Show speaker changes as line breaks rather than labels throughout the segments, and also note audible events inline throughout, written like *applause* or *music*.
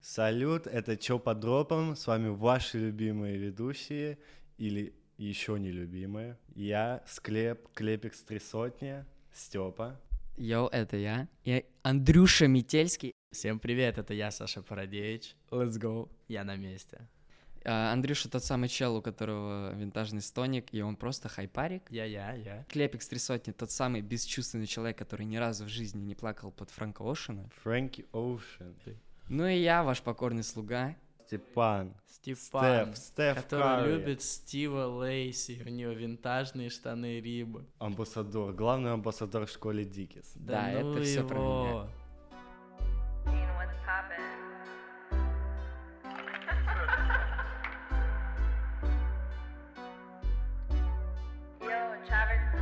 Салют, это Чё по дропам, с вами ваши любимые ведущие или еще не любимые. Я Склеп, Клепикс Три Сотни, Степа.
Йоу, это я. Я Андрюша Метельский.
Всем привет, это я, Саша Парадевич.
Let's go.
Я на месте.
А, Андрюша тот самый чел, у которого винтажный стоник, и он просто хайпарик.
Я-я, я.
Клепик с три сотни, тот самый бесчувственный человек, который ни разу в жизни не плакал под Франко Оушена.
Фрэнки Оушен.
Ну и я, ваш покорный слуга.
Степан.
Степан,
Стеф, Стеф
который
Карри.
любит Стива Лейси, у него винтажные штаны Рибы.
Амбассадор, главный амбассадор в школе Дикис.
Да,
ну
это всё про
его.
меня.
Dean, what's poppin'? *laughs* Yo, Travis.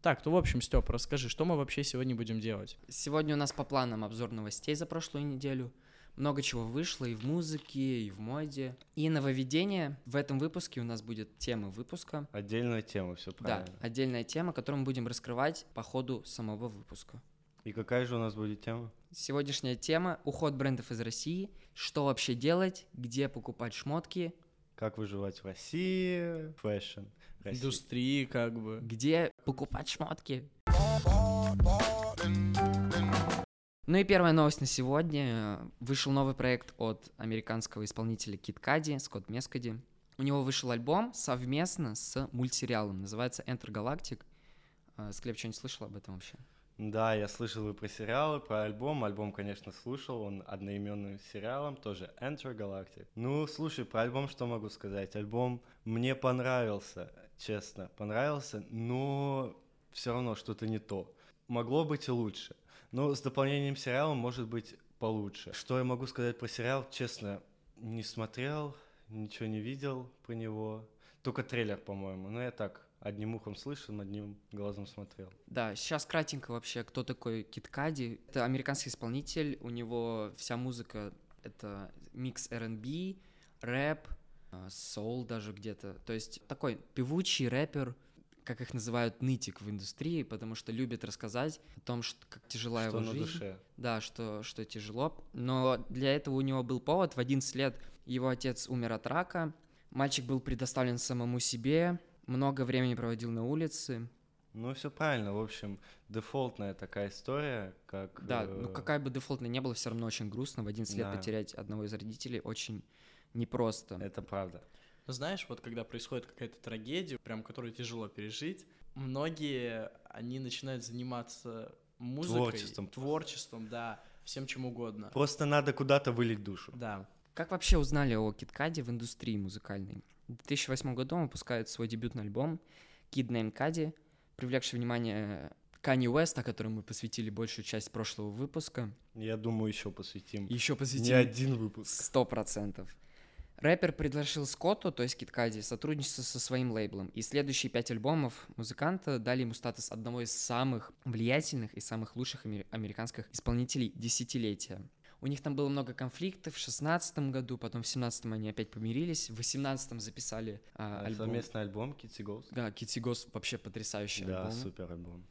Так, ну в общем, Степ, расскажи, что мы вообще сегодня будем делать?
Сегодня у нас по планам обзор новостей за прошлую неделю. Много чего вышло и в музыке, и в моде. И нововведение. В этом выпуске у нас будет тема выпуска.
Отдельная тема, все правильно.
Да, отдельная тема, которую мы будем раскрывать по ходу самого выпуска.
И какая же у нас будет тема?
Сегодняшняя тема – уход брендов из России, что вообще делать, где покупать шмотки,
Как выживать в России? Фэшн. Россия.
Индустрии, как бы.
где покупать шмотки. Ну и первая новость на сегодня. Вышел новый проект от американского исполнителя Кит Кади, Скотт Мескади. У него вышел альбом совместно с мультсериалом, называется Enter Galactic. Э, Склеп, что-нибудь слышал об этом вообще?
Да, я слышал и про сериалы, про альбом. Альбом, конечно, слушал, он одноименным сериалом, тоже Enter Galactic. Ну, слушай, про альбом что могу сказать? Альбом мне понравился, честно, понравился, но все равно что-то не то. Могло быть и лучше. Но с дополнением сериала может быть получше. Что я могу сказать про сериал? Честно, не смотрел, ничего не видел про него. Только трейлер, по-моему. Но я так одним ухом слышал, одним глазом смотрел.
Да, сейчас кратенько вообще, кто такой Кит Кади. Это американский исполнитель, у него вся музыка — это микс R&B, рэп, э, соул даже где-то. То есть такой певучий рэпер, как их называют, нытик в индустрии, потому что любит рассказать о том, что, как тяжела
Что
его
на
жизнь.
душе.
Да, что, что тяжело. Но для этого у него был повод. В 11 лет его отец умер от рака. Мальчик был предоставлен самому себе, много времени проводил на улице,
Ну, все правильно. В общем, дефолтная такая история, как...
Да,
э,
ну какая бы дефолтная не была, все равно очень грустно. В 11 лет
Да.
потерять одного из родителей очень непросто.
Это правда.
Но Ну, знаешь, вот когда происходит какая-то трагедия, прям которую тяжело пережить, многие, они начинают заниматься музыкой,
Творчеством.
творчеством да, всем чем угодно.
Просто надо куда-то вылить душу.
Да.
Как вообще узнали о Киткаде в индустрии музыкальной? В 2008 году он выпускает свой дебютный альбом Kid Name Cudi, привлекший внимание Kanye Уэста, которому мы посвятили большую часть прошлого выпуска.
Я думаю, еще посвятим.
Еще
Не
посвятили
один выпуск.
Сто процентов. Рэпер предложил Скотту, то есть Киткади, сотрудничество со своим лейблом, и следующие пять альбомов музыканта дали ему статус одного из самых влиятельных и самых лучших амер- американских исполнителей десятилетия. У них там было много конфликтов в шестнадцатом году, потом в семнадцатом они опять помирились, в восемнадцатом записали а,
А,
альбом.
Совместный альбом Kitty Ghost.
Да, Китти Гос вообще потрясающий
Да,
альбом.
супер альбом.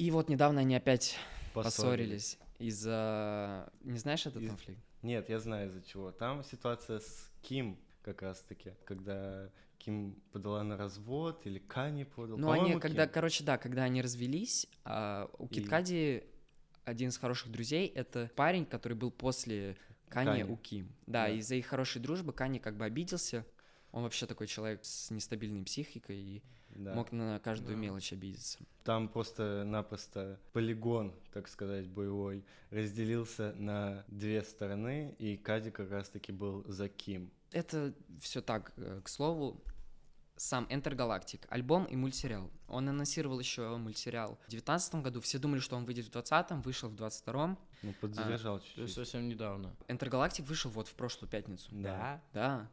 И вот недавно они опять
Поссорились.
поссорились, из-за... Не знаешь этот
Из-
конфликт?
Нет, я знаю из-за чего. Там ситуация с Ким как раз-таки, когда Ким подала на развод или Кани подал.
Ну,
По-моему,
они, когда,
Ким.
короче, да, когда они развелись, а, у
И-
Киткади один из хороших друзей это парень, который был после Кани
Кани.
у Ким. Да,
Да.
из-за их хорошей дружбы Кани как бы обиделся. Он вообще такой человек с нестабильной психикой и
Да.
мог на каждую
Да.
мелочь обидеться.
Там просто-напросто полигон, так сказать, боевой, разделился на две стороны, и Кади как раз-таки был за Ким.
Это все так, э, к слову. Сам Enter Galactic, альбом и мультсериал. Он анонсировал еще мультсериал в 2019 году. Все думали, что он выйдет в 2020, вышел в 2022.
Ну, подзаряжал
То есть
чуть-чуть.
совсем недавно.
Enter Galactic вышел вот в прошлую пятницу.
Да.
Да,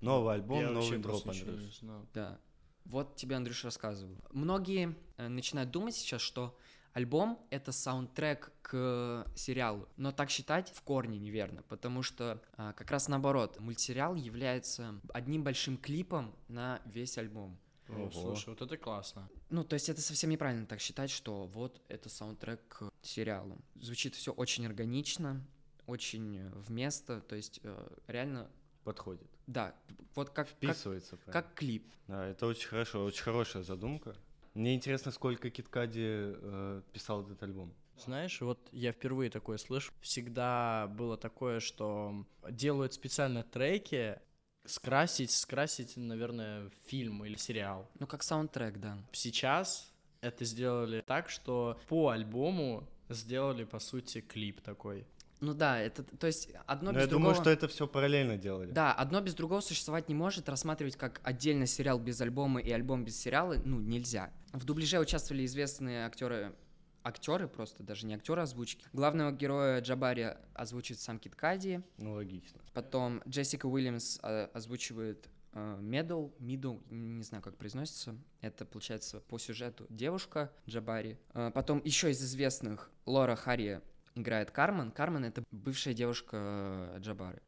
Новый альбом,
Я вообще
новый дроп,
просто ничего не
Андрюш.
знал.
Да. Вот тебе, Андрюш, рассказывал. Многие э, начинают думать сейчас, что альбом — это саундтрек к сериалу. Но так считать в корне неверно, потому что а, как раз наоборот, мультсериал является одним большим клипом на весь альбом.
Ну,
Ого.
слушай, вот это классно.
Ну, то есть это совсем неправильно так считать, что вот это саундтрек к сериалу. Звучит все очень органично, очень э, вместо, то есть э, реально,
Подходит.
да, вот как, как,
Вписывается. прям.
как клип.
Да, это очень хорошо, очень хорошая задумка. Мне интересно, сколько Киткади э, писал этот альбом.
Знаешь, вот я впервые такое слышу. Всегда было такое, что делают специально треки, скрасить, скрасить, наверное, фильм или сериал.
Ну, как саундтрек, да.
Сейчас это сделали так, что по альбому сделали, по сути, клип такой.
Ну да, это, то есть одно
Но, Ну,
без
я
другого...
думаю, что это все параллельно делали.
Да, одно без другого существовать не может, рассматривать как отдельно сериал без альбома и альбом без сериала, ну, нельзя. В дубляже участвовали известные актеры, актеры просто, даже не актеры озвучки. Главного героя Джабари озвучит сам Кит Кади,
Ну, логично.
потом Джессика Уильямс э, озвучивает Медл, Мидл, не знаю, как произносится. Это, получается, по сюжету девушка Джабари. Э, Потом еще из известных Лора Харри играет Кармен. Кармен — это бывшая девушка э, Джабари.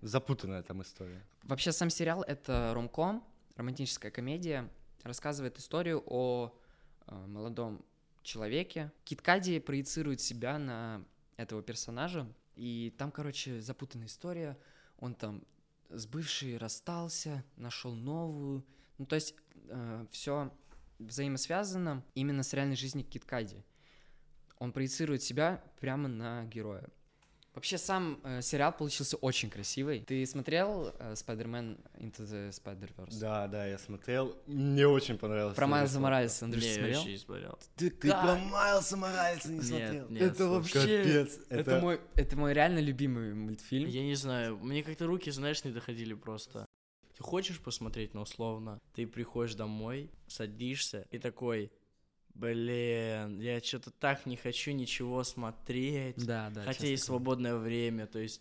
Запутанная там история.
Вообще сам сериал — это ромком, романтическая комедия, рассказывает историю о э, молодом человеке. Киткади проецирует себя на этого персонажа, и там, короче, запутанная история. Он там с бывшей расстался, нашел новую. Ну, то есть все взаимосвязано именно с реальной жизнью Киткади. Он проецирует себя прямо на героя. Вообще сам э, сериал получился очень красивый. Ты смотрел э, Spider-Man Into the Spider-Verse?
Да, да, я смотрел. Мне очень понравилось.
Про Майлза Моралеса, Андрей,
Не,
ты
я
смотрел?
ещё не смотрел.
Ты,
Ты
как?
про Майлса Моралеса не
Нет,
смотрел?
нет,
это
слушай.
вообще... Капец. Это...
Это... мой, это мой реально любимый мультфильм.
Я не знаю, мне как-то руки, знаешь, не доходили просто. Ты хочешь посмотреть, но условно, ты приходишь домой, садишься и такой, блин, я что-то так не хочу ничего смотреть.
Да, да.
Хотя
часто
есть
такое.
свободное время, то есть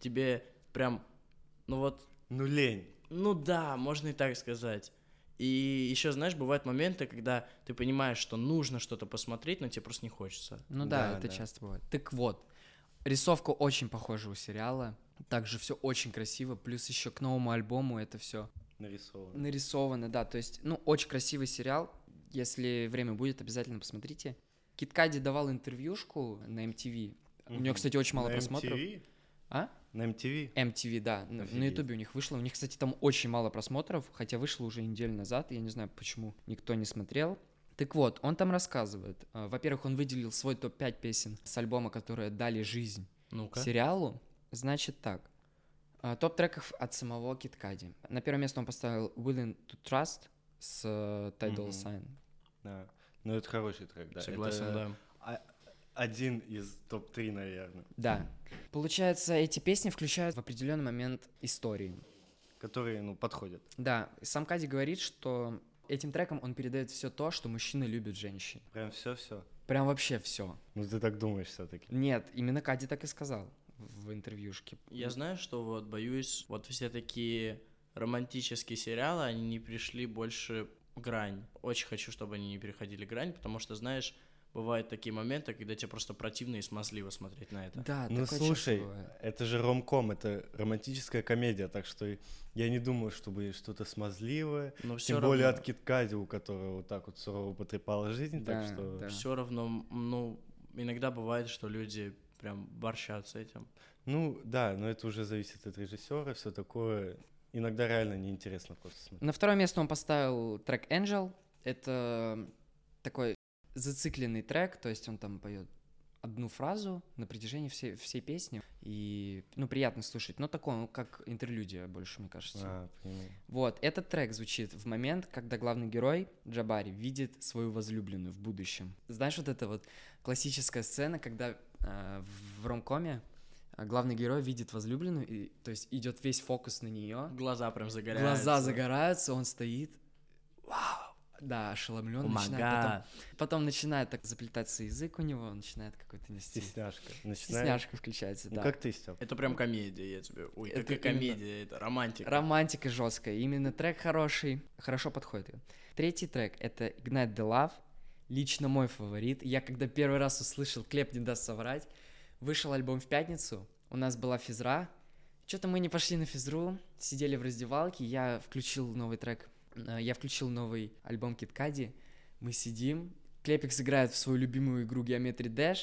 тебе прям, ну вот,
Ну, лень.
ну да, можно и так сказать. И еще, знаешь, бывают моменты, когда ты понимаешь, что нужно что-то посмотреть, но тебе просто не хочется.
Ну да,
Да,
это
да.
часто бывает. Так вот, рисовка очень похожа у сериала. Также все очень красиво, плюс еще к новому альбому это все
Нарисован.
нарисовано, да. То есть, ну, очень красивый сериал. Если время будет, обязательно посмотрите. Киткади давал интервьюшку на MTV. У
Мгм.
него, кстати, очень мало
На
просмотров.
MTV?
А?
На MTV?
MTV, да, на- на
Офигеть.
Ютубе у них вышло. У них, кстати, там очень мало просмотров, хотя вышло уже неделю назад. Я не знаю, почему никто не смотрел. Так вот, он там рассказывает. э, Во-первых, он выделил свой топ-5 песен с альбома, которые дали жизнь
Ну-ка.
сериалу. Значит так. э, Топ треков от самого Киткади. На первое место он поставил Willing to Trust с э, Tidal
Мгм.
Sign.
Да. Ну, это хороший трек, да.
Согласен,
Это
да.
Один из топ-3, наверное.
Да. Получается, эти песни включают в определенный момент истории.
Которые, ну, подходят.
Да, сам Кади говорит, что этим треком он передает все то, что мужчины любят женщин.
Прям все-все.
Прям вообще все.
Ну, ты так думаешь все-таки.
Нет, именно Кади так и сказал в интервьюшке.
Я знаю, что вот боюсь, вот все такие романтические сериалы, они не пришли больше грань. Очень хочу, чтобы они не переходили грань, потому что, знаешь, бывают такие моменты, когда тебе просто противно и смазливо смотреть на это.
Да,
Ну
такое часто
слушай,
бывает.
это же ромком, это романтическая комедия, так что и- я не думаю, что будет что-то смазливое.
Но все
Тем более
равно,
от Киткади, у которого вот так вот сурово потрепала жизнь,
Да,
так что...
да.
все равно, м, ну, иногда бывает, что люди прям борщатся этим.
Ну да, но это уже зависит от режиссера, все такое. Иногда реально неинтересно просто смотреть.
На второе место он поставил трек Angel. Это такой зацикленный трек, то есть он там поет одну фразу на протяжении всей, всей песни. И, ну, приятно слушать. Но такой, он как интерлюдия больше, мне кажется.
А, понимаю.
Вот, этот трек звучит в момент, когда главный герой Джабари видит свою возлюбленную в будущем. Знаешь, вот эта вот классическая сцена, когда э, в ромкоме э, главный герой видит возлюбленную, и, то есть идет весь фокус на нее,
Глаза прям загораются.
глаза загораются, он стоит, вау, да, ошеломлен,
Oh my
начинает
God.
потом, потом начинает так заплетаться язык у него, он начинает какой-то нести.
Стесняшка. Начинаешь?
Стесняшка включается,
Ну
да.
как ты, Степ?
Это прям комедия, я тебе... Ой,
Это
какая
именно-
комедия, это романтика.
Романтика жесткая. Именно трек хороший. Хорошо подходит. Третий трек это Ignite the Love. Лично мой фаворит. Я когда первый раз услышал «Клеп не даст соврать», вышел альбом в пятницу, у нас была физра. Что-то мы не пошли на физру, сидели в раздевалке, я включил новый трек Э, Я включил новый альбом Киткади. Мы сидим. Клепикс играет в свою любимую игру Geometry Dash.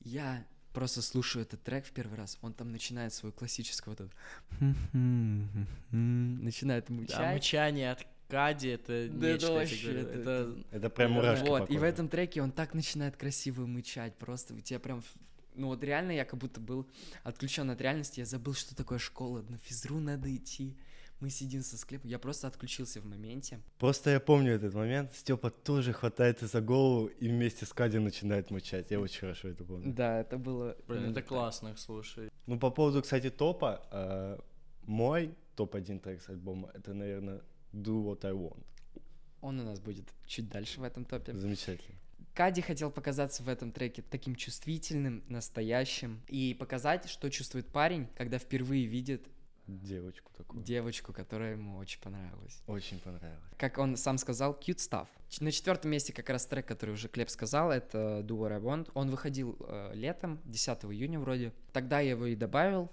Я просто слушаю этот трек в первый раз. Он там начинает свою классическую вот эту... *laughs* Начинает
Да,
мучать.
мычание от Кади это
Да это
нечто, я тебе
вообще,
говорю,
это-
это
Это прям
Да.
мурашки по
Вот, и в
коже.
этом треке он так начинает красиво мычать, просто у тебя прям... Ну вот реально я как будто был отключен от реальности, я забыл, что такое школа, на физру надо идти. Мы сидим со склепом, я просто отключился в моменте.
Просто я помню этот момент. Степа тоже хватается за голову и вместе с Кади начинает мучать. Я очень хорошо это помню.
Да, это было...
Блин,
именно
это
так.
классно, слушай.
Ну, по поводу, кстати, топа, э, мой топ-1 трек с альбома, это, наверное, Do What I Want.
Он у нас будет чуть дальше в этом топе.
Замечательно.
Кади хотел показаться в этом треке таким чувствительным, настоящим, и показать, что чувствует парень, когда впервые видит
Девочку такую.
девочку, которая ему очень понравилась.
Очень понравилось.
как он сам сказал, cute stuff. Ч- На четвертом месте как раз трек, который уже Клеп сказал, это Do What I Want. Он выходил э, летом, 10 июня вроде. Тогда я его и добавил.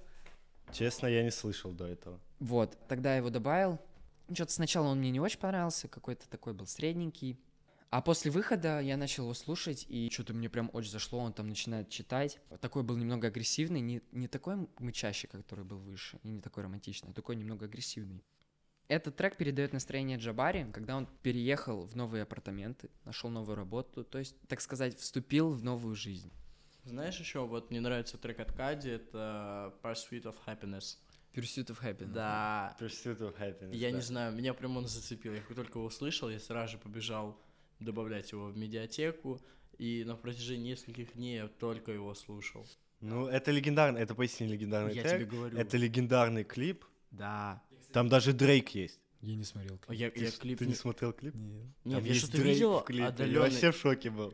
Честно, я не слышал до этого.
Вот, тогда я его добавил. Что-то сначала он мне не очень понравился, какой-то такой был средненький. А после выхода я начал его слушать, и что-то мне прям очень зашло, он там начинает читать. Такой был немного агрессивный, не, не такой мычащий, который был выше, и не такой романтичный, а такой немного агрессивный. Этот трек передает настроение Джабари, когда он переехал в новые апартаменты, нашел новую работу, то есть, так сказать, вступил в новую жизнь.
Знаешь еще, вот мне нравится трек от Кади, это Pursuit of Happiness.
Pursuit of Happiness.
Да,
Pursuit of Happiness,
я
да.
не знаю, меня прям он зацепил. Я как только его услышал, я сразу же побежал добавлять его в медиатеку, и на протяжении нескольких дней я только его слушал.
Ну, это легендарный, это поистине легендарный
Я тебе
трек.
говорю.
Это легендарный клип.
Да.
Там даже Дрейк есть.
Я не смотрел.
Я,
Ты,
я
ж-
клип...
ты не
не-
смотрел клип?
Нет,
Там
я
есть
что-то
Дрейк
видел ну,
в клипе. Я
отдалённый.
вообще в шоке был.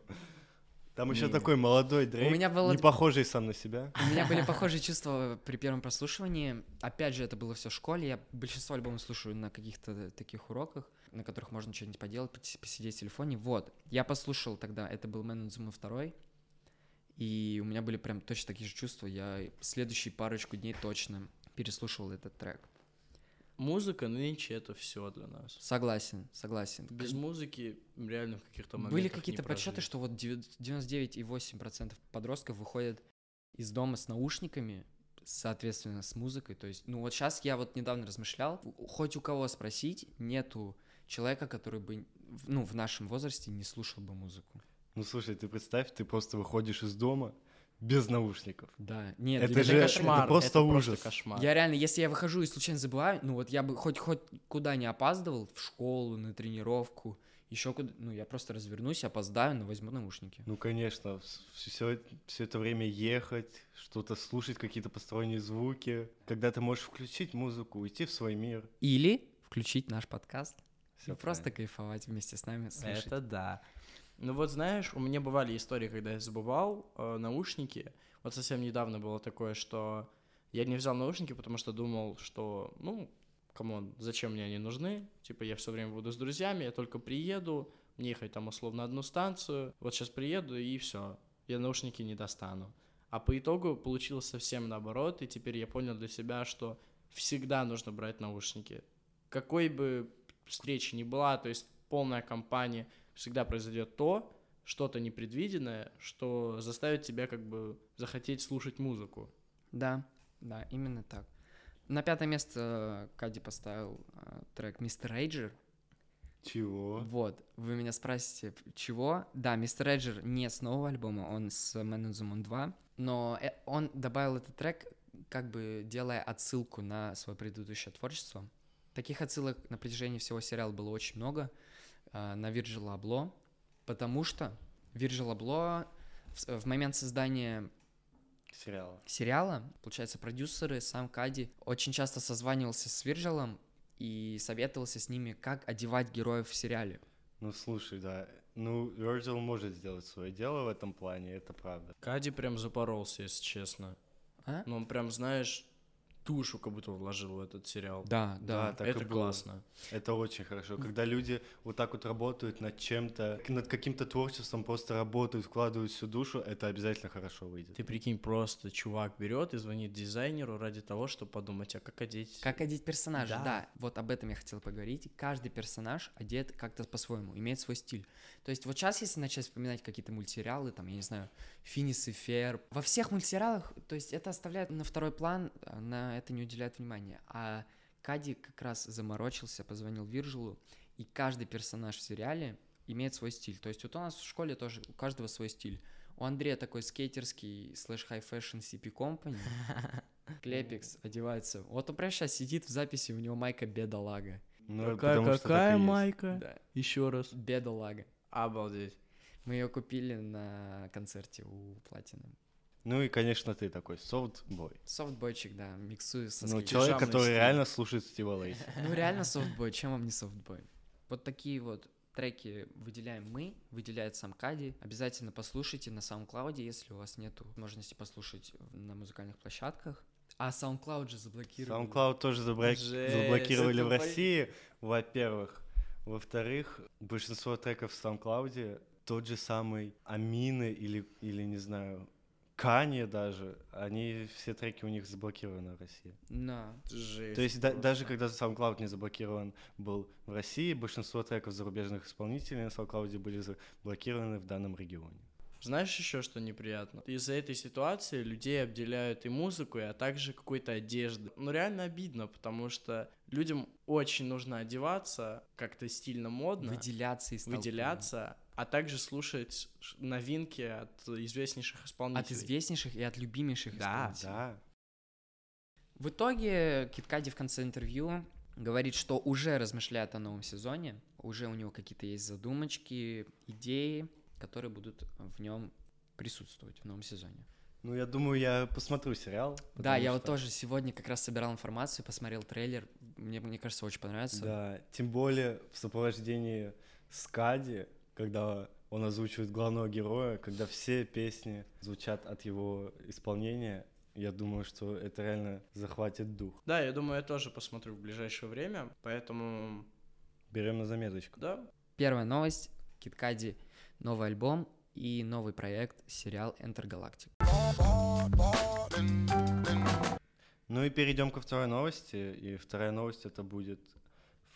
Там еще
Не.
такой молодой Дрейк,
меня было-
не похожий сам на себя.
У меня были похожие чувства при первом прослушивании. Опять же, это было все в школе. Я большинство альбомов слушаю на каких-то таких уроках, на которых можно что-нибудь поделать, пос- посидеть в телефоне. Вот. Я послушал тогда, это был Man on the Moon 2. И у меня были прям точно такие же чувства. Я следующие парочку дней точно переслушивал этот трек.
Музыка нынче это все для нас.
Согласен, согласен.
Без музыки реально в каких-то моментах
Были
не
какие-то подсчеты,
прожить.
что вот девя- 99,8% подростков выходят из дома с наушниками, соответственно, с музыкой. То есть, ну вот сейчас я вот недавно размышлял, у- хоть у кого спросить, нету человека, который бы, в- ну, в нашем возрасте не слушал бы музыку.
Ну, слушай, ты представь, ты просто выходишь из дома без наушников.
Да, нет,
Это
для
же-
меня
кошмар. это просто ужас.
кошмар.
Я реально, если я выхожу и случайно забываю, ну вот я бы хоть хоть куда не опаздывал, в школу, на тренировку, еще куда, ну я просто развернусь, опоздаю, но возьму наушники.
Ну, конечно, все, все это время ехать, что-то слушать, какие-то посторонние звуки. Когда ты можешь включить музыку, уйти в свой мир.
Или включить наш подкаст.
Всё
Ну,
и Ну, просто кайфовать вместе с нами, слушать.
Это да. Ну вот знаешь, у меня бывали истории, когда я забывал э, наушники. Вот совсем недавно было такое, что я не взял наушники, потому что думал, что, ну, камон, зачем мне они нужны? Типа я все время буду с друзьями, я только приеду, мне ехать там условно одну станцию, вот сейчас приеду и все, я наушники не достану. А по итогу получилось совсем наоборот, и теперь я понял для себя, что всегда нужно брать наушники. Какой бы встречи не была, то есть полная компания, всегда произойдет то, что-то непредвиденное, что заставит тебя как бы захотеть слушать музыку.
Да, да, именно так. На пятое место э, Кади поставил э, трек «Мистер Рейджер».
Чего?
Вот, вы меня спросите, п- чего? Да, «Мистер Рейджер» не с нового альбома, он с «Man on the Moon 2», но э, он добавил этот трек, как бы делая отсылку на свое предыдущее творчество. Таких отсылок на протяжении всего сериала было очень много э, на Вирджила Абло, потому что Вирджил Абло в с- в момент создания
Сериала.
сериала, получается, продюсеры, сам Кади очень часто созванивался с Виржилом и советовался с ними, как одевать героев в сериале.
Ну, слушай, да. Ну, Virgil может сделать свое дело в этом плане, это правда.
Кади прям запоролся, если честно.
А?
Ну, он прям, знаешь, душу как будто вложил в этот сериал.
Да,
Да,
да.
так
это
и было.
классно.
Это очень хорошо, когда люди вот так вот работают над чем-то, к- над каким-то творчеством, просто работают, вкладывают всю душу, это обязательно хорошо выйдет.
Ты прикинь, просто чувак берет и звонит дизайнеру ради того, чтобы подумать, а как одеть.
Как одеть персонажа,
Да.
да. Вот об этом я хотел поговорить. Каждый персонаж одет как-то по-своему, имеет свой стиль. То есть вот сейчас, если начать вспоминать какие-то мультсериалы, там, я не знаю, Финис и Ферб, во всех мультсериалах, то есть это оставляет на второй план, а, на это не уделяют внимания. А Кади как раз заморочился, позвонил Виржилу, и каждый персонаж в сериале имеет свой стиль. То есть вот у нас в школе тоже у каждого свой стиль. У Андрея такой скейтерский слэш хай фэшн CP Company. Клепикс одевается. Вот он прямо сейчас сидит в записи, у него майка бедолага.
Ну, потому что так и есть.
майка?
Да,
Еще раз.
бедолага.
Обалдеть.
Мы ее купили на концерте у Платины.
Ну и, конечно, ты такой софтбой.
Софтбойчик, да, миксую со
Ну,
скейтером.
человек,
Пижамный
который
стиль.
реально слушает Стива Лейси.
Ну реально софтбой, чем вам не софтбой? Вот такие вот треки выделяем мы, выделяет сам Кади. Обязательно послушайте на SoundCloud, если у вас нет возможности послушать на музыкальных площадках. А SoundCloud же заблокировали.
SoundCloud тоже забра-
Жесть,
заблокировали
это
в
боль-
России, во-первых. Во-вторых, большинство треков в SoundCloud тот же самый Амины или, или не знаю, Кани даже, они все треки у них заблокированы в России.
Да.
Жесть.
То есть да-
просто.
даже когда SoundCloud не заблокирован был в России, большинство треков зарубежных исполнителей на SoundCloud были заблокированы в данном регионе.
Знаешь еще что неприятно? Из-за этой ситуации людей обделяют и музыкой, а также какой-то одеждой. Ну реально обидно, потому что людям очень нужно одеваться как-то стильно модно,
Выделяться из толпы.
выделяться, а также слушать ш- новинки от известнейших исполнителей.
От известнейших и от любимейших
Да,
исполнителей.
Да.
В итоге Киткади в конце интервью говорит, что уже размышляет о новом сезоне, уже у него какие-то есть задумочки, идеи, которые будут в нем присутствовать в новом сезоне.
Ну, я думаю, я посмотрю сериал.
да,
потому
я вот
что-
тоже сегодня как раз собирал информацию, посмотрел трейлер, мне, мне кажется, очень понравится.
Да, тем более в сопровождении Скади, когда он озвучивает главного героя, когда все песни звучат от его исполнения, я думаю, что это реально захватит дух.
Да, я думаю, я тоже посмотрю в ближайшее время, поэтому
Берем на заметочку.
да.
Первая новость, Киткади, новый альбом и новый проект, сериал Enter Galactic.
Ну и перейдем ко второй новости. И вторая новость это будет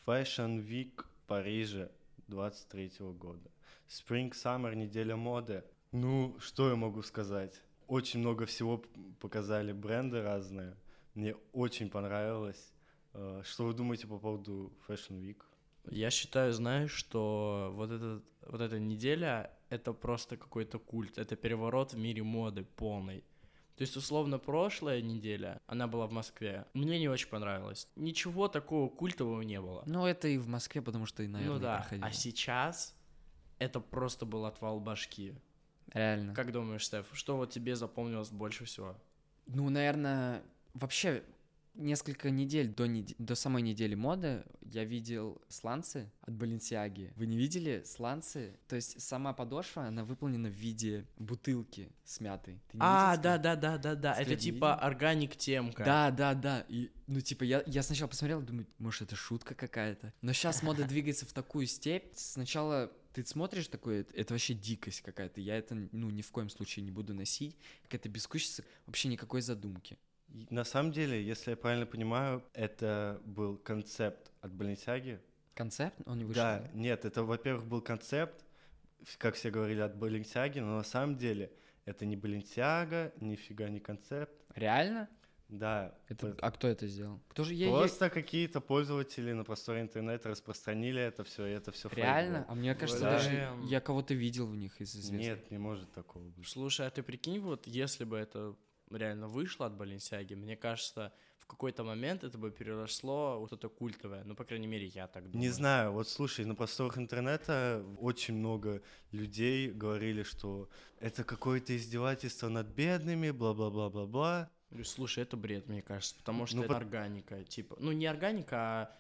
Fashion Week Парижа 23 года. Spring Summer, неделя моды. Ну, что я могу сказать? Очень много всего п- показали бренды разные. Мне очень понравилось. Э, Что вы думаете по поводу Fashion Week?
Я считаю, знаешь, что вот, этот, вот эта неделя — это просто какой-то культ, это переворот в мире моды полный. То есть, условно, прошлая неделя, она была в Москве, мне не очень понравилось. Ничего такого культового не было.
Ну, это и в Москве, потому что и, наверное,
ну да,
проходило.
а сейчас это просто был отвал башки.
Реально.
Как думаешь, Стеф, что вот тебе запомнилось больше всего?
Ну, наверное, вообще несколько недель до, неде- до самой недели моды я видел сланцы от Баленсиаги. Вы не видели сланцы? То есть сама подошва, она выполнена в виде бутылки с мятой. Ты не
А,
видел такое?
да-да-да-да-да,
След
это
не
типа
видел?
органик темка.
Да, да, да. И, ну, типа, я, я сначала посмотрел, думаю, может, это шутка какая-то. Но сейчас мода двигается в такую степь. Сначала ты смотришь такое, это, это вообще дикость какая-то. Я это, ну, ни в коем случае не буду носить. Какая-то бескусица, вообще никакой задумки.
И На самом деле, если я правильно понимаю, это был концепт от Balenciaga,
Концепт, он не вышел.
Да,
да?
нет, это, во-первых, был концепт, в- как все говорили, от Баленсиаги, но на самом деле это не Баленсиага, нифига не концепт.
Реально?
Да,
Это,
п-
а кто это сделал? Кто же я, я-
просто какие-то пользователи на просторе интернета распространили это все, и это все
Реально? А мне кажется,
Да.
даже
Блин.
я кого-то видел в них из известных.
Нет, не может такого быть.
Слушай, а ты прикинь, вот если бы это реально вышло от Баленсиаги, мне кажется, в какой-то момент это бы переросло во что-то культовое. Ну, по крайней мере, я так думаю.
Не знаю, вот слушай, на просторах интернета очень много людей говорили, что это какое-то издевательство над бедными, бла-бла-бла-бла-бла.
Говорю, Слушай, это бред, мне кажется, потому что
Ну,
это
пот-
органика, типа, ну не органика, а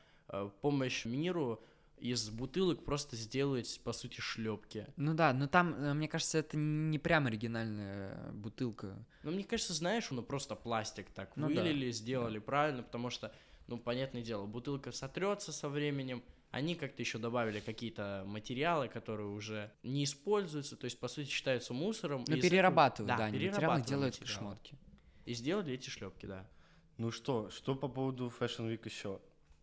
э, помощь миру из бутылок просто сделать, по сути, шлепки.
Ну да, но там, э, мне кажется, это не прям оригинальная бутылка.
Но мне кажется, знаешь, ну просто пластик так
Ну да,
вылили, сделали правильно, потому что, ну, понятное дело, бутылка сотрется со временем, они как-то еще добавили какие-то материалы, которые уже не используются, то есть, по сути, считаются мусором.
Ну,
и закру-
перерабатывают, да,
да,
они материалы
перерабатывают
делают
материалы.
шмотки.
И сделали эти шлепки, да.
Ну что, что по поводу Fashion Week еще?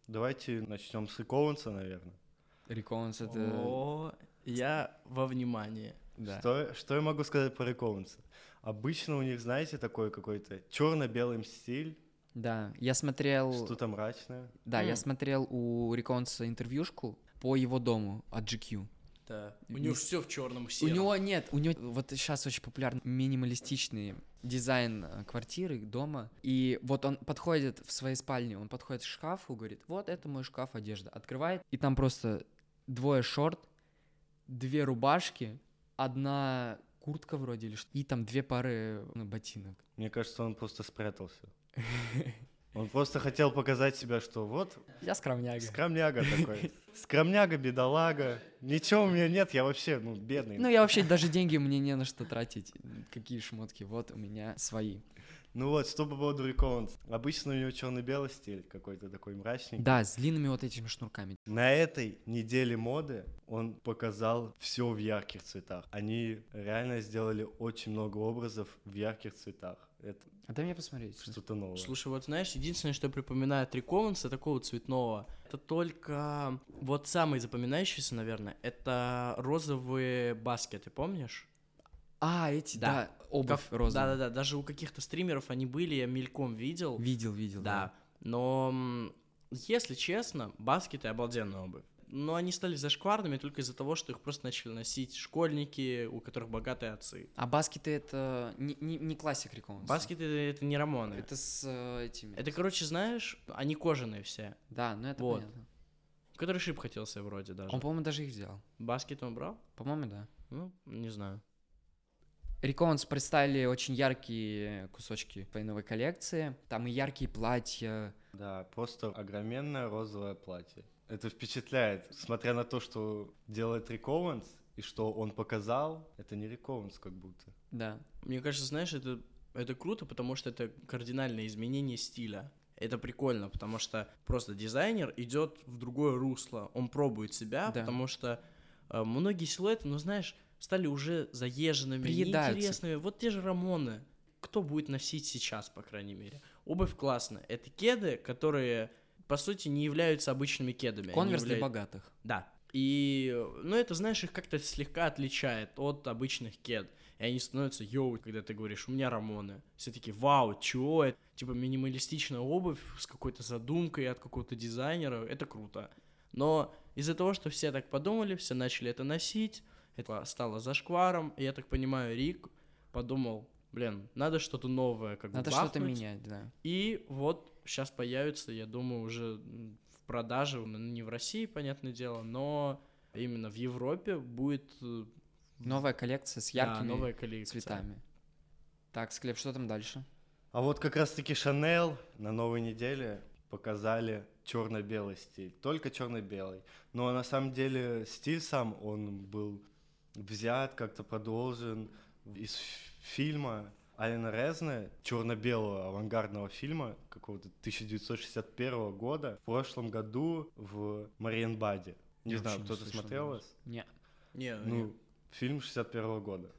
Давайте начнем с Икованца, наверное.
Рик Оуэнс это...
О, я во внимании.
Да.
Что, что я могу сказать про Икованца? Обычно у них, знаете, такой какой-то черно-белый стиль,
Да, я смотрел...
что-то мрачное.
Да, я
М.
смотрел у Риконса интервьюшку по его дому от GQ.
Да.
И
У него
не-
все в черном
У
сером.
него нет, у него вот сейчас очень популярный минималистичный дизайн э, квартиры, дома. И вот он подходит в своей спальне, он подходит к шкафу, говорит, вот это мой шкаф одежда. Открывает, и там просто двое шорт, две рубашки, одна куртка вроде или что, и там две пары ну, ботинок.
Мне кажется, он просто
*laughs*
спрятался. Он просто хотел показать себя, что вот,
Я скромняга.
скромняга
*laughs*
такой. Скромняга, бедолага. Ничего у меня нет, я вообще, ну, бедный.
Ну, я вообще даже деньги мне не на что тратить. Какие шмотки, вот у меня свои.
Ну вот, что по поводу Рикованца. Обычно у него черно-белый стиль какой-то такой мрачный.
Да, с длинными вот этими шнурками.
На этой неделе моды он показал все в ярких цветах. Они реально сделали очень много образов в ярких цветах. Это
А дай мне посмотреть.
что-то новое.
Слушай, вот знаешь, единственное, что припоминает Рик Оуэнса, такого цветного, это только... Вот самый запоминающийся, наверное, это розовые баскеты, помнишь?
А, эти, да,
Да.
обувь розовая.
Да-да-да, даже у каких-то стримеров они были, я мельком видел.
Видел, видел.
Да, но м, если честно, баскеты обалденная обувь. Но они стали зашкварными только из-за того, что их просто начали носить школьники, у которых богатые отцы.
А баскеты это не, не, не классик Риконс.
Баскеты — это не рамоны. Это...
Это с э, этими.
короче, знаешь, они кожаные все.
Да, ну это
Вот.
понятно.
Который шип хотелся вроде даже.
Он, по-моему, даже их взял.
Баскет он брал?
По-моему, да.
Ну, не знаю.
Риконс представили очень яркие кусочки своей новой коллекции. Там и яркие платья.
Да, просто огроменное розовое платье. Это впечатляет, смотря на то, что делает Рик Оуэнс, и что он показал, это не Рик Оуэнс как будто.
Да.
Мне кажется, знаешь, это, это круто, потому что это кардинальное изменение стиля. Это прикольно, потому что просто дизайнер идет в другое русло. Он пробует себя,
Да.
потому что э, многие силуэты, ну знаешь, стали уже заезженными,
Приедаются.
неинтересными. Вот те же Рамоны. Кто будет носить сейчас, по крайней мере? Обувь классная. Это кеды, которые, по сути, не являются обычными кедами. Они
Конверс для
являют-
богатых.
да. И, э, ну, это, знаешь, их как-то слегка отличает от обычных кед. И они становятся йоу, когда ты говоришь, у меня рамоны. Все такие, вау, чего это? Типа минималистичная обувь с какой-то задумкой от какого-то дизайнера. Это круто. Но из-за того, что все так подумали, все начали это носить, это стало зашкваром. И я так понимаю, Рик подумал, блин, надо что-то новое как бы
Надо что-то
бахнуть».
менять, да.
И вот сейчас появится, я думаю, уже м, в продаже, ну, не в России, понятное дело, но именно в Европе будет э,
Новая коллекция с
да,
яркими
новая коллекция.
цветами. Так, Склеп, что там дальше?
А вот как раз-таки Шанел на новой неделе показали черно-белый стиль, только черно-белый. Но на самом деле стиль сам, он был взят, как-то продолжен из ф- фильма Алина Резне, черно-белого авангардного фильма какого-то 1961 года, в прошлом году в Мариенбаде. Не
Я
знаю,
вообще не
кто-то
слышал
смотрел
даже.
вас?
Не.
Не, не.
Ну, фильм 61 года.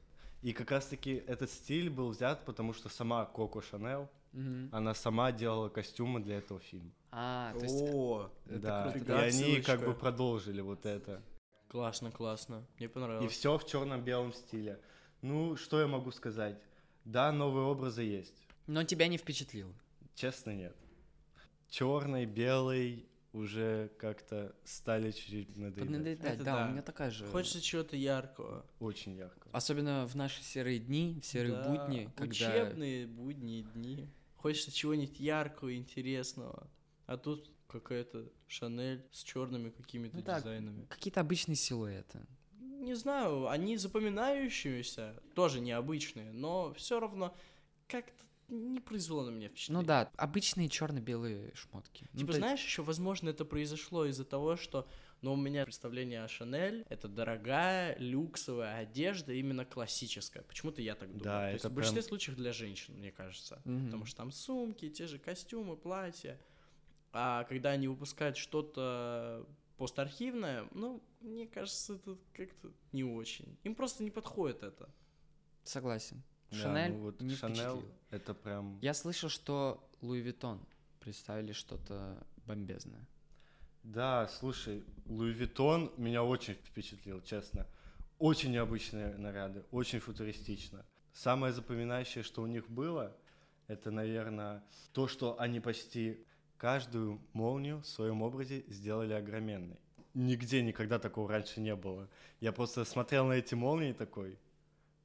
И как раз-таки этот стиль был взят, потому что сама Коко Шанел,
Мгм.
она сама делала костюмы для этого фильма.
А, то есть
О,
Это
да,
круто.
и они
Отсылочка.
как бы продолжили вот это.
классно, классно, мне
И
понравилось.
все в черно-белом стиле. Ну, что я могу сказать? Да, новые образы есть.
Но тебя не впечатлил.
Честно, нет. Черный, белый уже как-то стали чуть-чуть надоедать.
Поднадоедать,
Это
да,
да.
у меня такая же.
Хочется чего-то яркого.
Очень ярко.
Особенно в наши серые дни, в серые
Да,
будни, когда...
Учебные будние дни. Хочется чего-нибудь яркого, интересного. А тут какая-то Шанель с черными какими-то
Ну да,
дизайнами.
Какие-то обычные силуэты.
Не знаю, они запоминающиеся, тоже необычные, но все равно как-то не произвело на меня впечатление.
Ну да, обычные черно-белые шмотки. Ну,
Типа,
то есть-
знаешь, еще, возможно, это произошло из-за того, что Но у меня представление о Шанель — это дорогая, люксовая одежда, именно классическая. Почему-то я так думаю.
Да,
То
это
есть в большинстве
прям-
случаев для женщин, мне кажется.
Мгм.
Потому что там сумки, те же костюмы, платья. А когда они выпускают что-то постархивное, ну, мне кажется, это как-то не очень. Им просто не подходит это.
Согласен.
Да,
Шанель
ну вот
не
Шанель
впечатлил.
это прям...
Я слышал, что Луи Виттон представили что-то бомбезное.
Да, слушай, Луи Виттон меня очень впечатлил, честно. Очень необычные наряды, очень футуристично. Самое запоминающее, что у них было, это, наверное, то, что они почти каждую молнию в своем образе сделали огроменной. Нигде никогда такого раньше не было. Я просто смотрел на эти молнии и такой.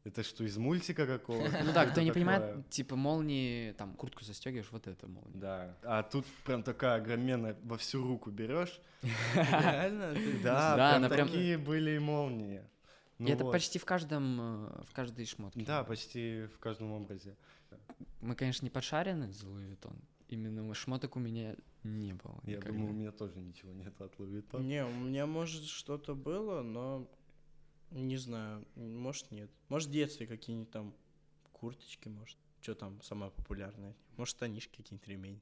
Это что, из мультика какого-то?
*laughs* Ну да,
Что *laughs*
кто не
такое?»
понимает, типа молнии, там, куртку застегиваешь, вот это молния.
Да. А тут прям такая огроменная во всю руку берешь.
Реально? ты-
Да,
Да,
прям
она прям-
такие были молнии. Ну
И это
вот.
почти в каждом, э, в каждой шмотке.
Да, почти в каждом образе.
Мы, конечно, не подшарены за Луи Виттон. Именно у- шмоток у меня не было.
Я
никогда.
думаю, у меня тоже ничего нет от Луи
типа.
Виттон.
Не, у меня, может, что-то было, но не знаю, может, нет. Может, в детстве какие-нибудь там курточки, может. Что там самое популярное? Может, штанишки какие-нибудь, ремень.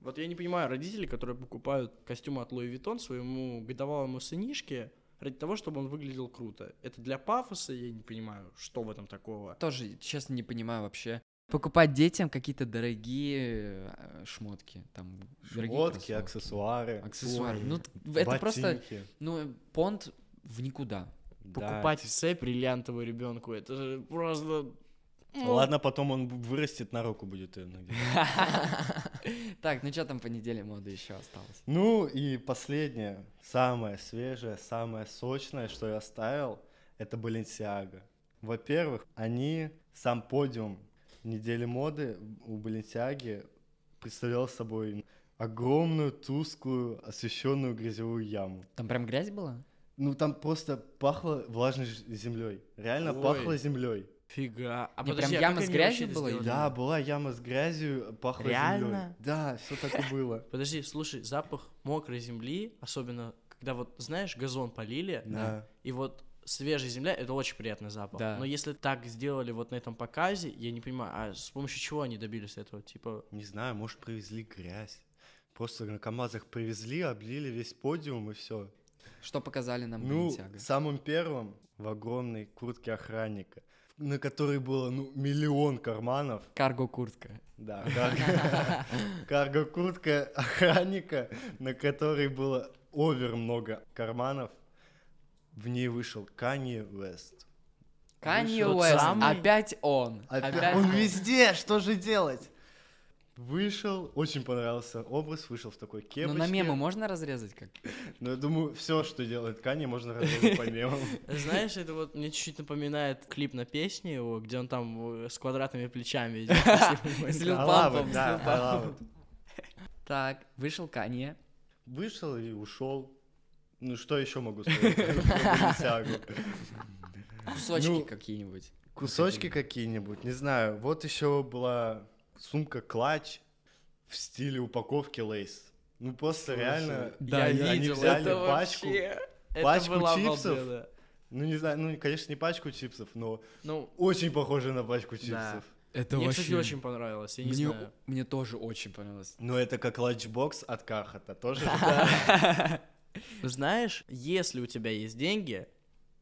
Вот я не понимаю родителей, которые покупают костюмы от Луи Виттон своему годовалому сынишке ради того, чтобы он выглядел круто. Это для пафоса, я не понимаю, что в этом такого.
Тоже, честно, не понимаю вообще. Покупать детям какие-то дорогие э, шмотки, там, дорогие
Шмотки,
кроссовки.
аксессуары.
Аксессуары.
ой,
Ну, т- это просто,
ботинки.
ну, понт в
*laughs*
никуда.
Да,
Покупать цепь бриллиантовую ребенку, это же просто...
типа, Ладно, потом он б- вырастет, на руку будет её надевать.
Так, ну что там по неделе моды еще осталось?
Ну и последнее, самое свежее, самое сочное, что я оставил, это Balenciaga. Во-первых, они, сам подиум недели моды у Balenciaga представлял собой огромную, тусклую, освещенную грязевую яму.
Там прям грязь была?
Ну там просто пахло влажной землей. Реально
Ой.
пахло землей.
Фига. А
Не, прям
подожди, а
яма
как
с
они вообще
грязью
это
была или
сделали?
Да, была яма с грязью, пахло землей.
Реально?
Да, все так и было.
Подожди, слушай, запах мокрой земли, особенно когда вот, знаешь, газон полили,
Да.
и вот свежая земля, это очень приятный запах.
Да.
Но если так сделали вот на этом показе, я не понимаю, а с помощью чего они добились
*laughs*
этого? Типа,
Не знаю, может, привезли грязь. Просто на КАМАЗах привезли, облили весь подиум и все.
Что показали нам
Ну,
Balenciaga?
самым первым в огромной куртке охранника, на которой было ну, миллион карманов. Ну
Карго-куртка. *laughs*
Да, кар- *laughs* карго-куртка охранника, на которой было овер много карманов. В ней вышел Канье Вест.
Канье
Тот
Уэст,
самый?
опять он.
Опя-
Опять
Он везде, что же делать? Вышел, очень понравился образ, вышел в такой кепочке.
Ну на мемы можно разрезать
*laughs*
как?
Ну, я думаю, все, что делает Кани, можно разложить по
*laughs*
мемам.
знаешь, это вот мне чуть-чуть напоминает клип на песню его, где он там э, с квадратными
*laughs*
плечами идет. красивый.
С Лил
Алава,
Пампом, с
да,
Лил Пампом.
Алава.
Так, вышел Канье.
Вышел и ушел. Ну, что еще могу сказать? про
*laughs*
Balenciaga?
Кусочки
Ну,
какие-нибудь.
Кусочки какие-нибудь, не знаю. Вот еще была сумка клатч в стиле упаковки лейс. Ну, просто реально,
да,
я-
я
они
видел
взяли
это
пачку.
вообще. Это
пачку
было
чипсов.
обалденно.
Ну, не знаю, ну, конечно, не пачку чипсов, но
Ну,
очень похоже на пачку
Да.
чипсов.
Это
мне, кстати, очень понравилось, я не
Мне,
знаю.
мне тоже очень понравилось.
Но это как ланчбокс от Кахата,
*laughs*
тоже
Знаешь, если у тебя есть деньги,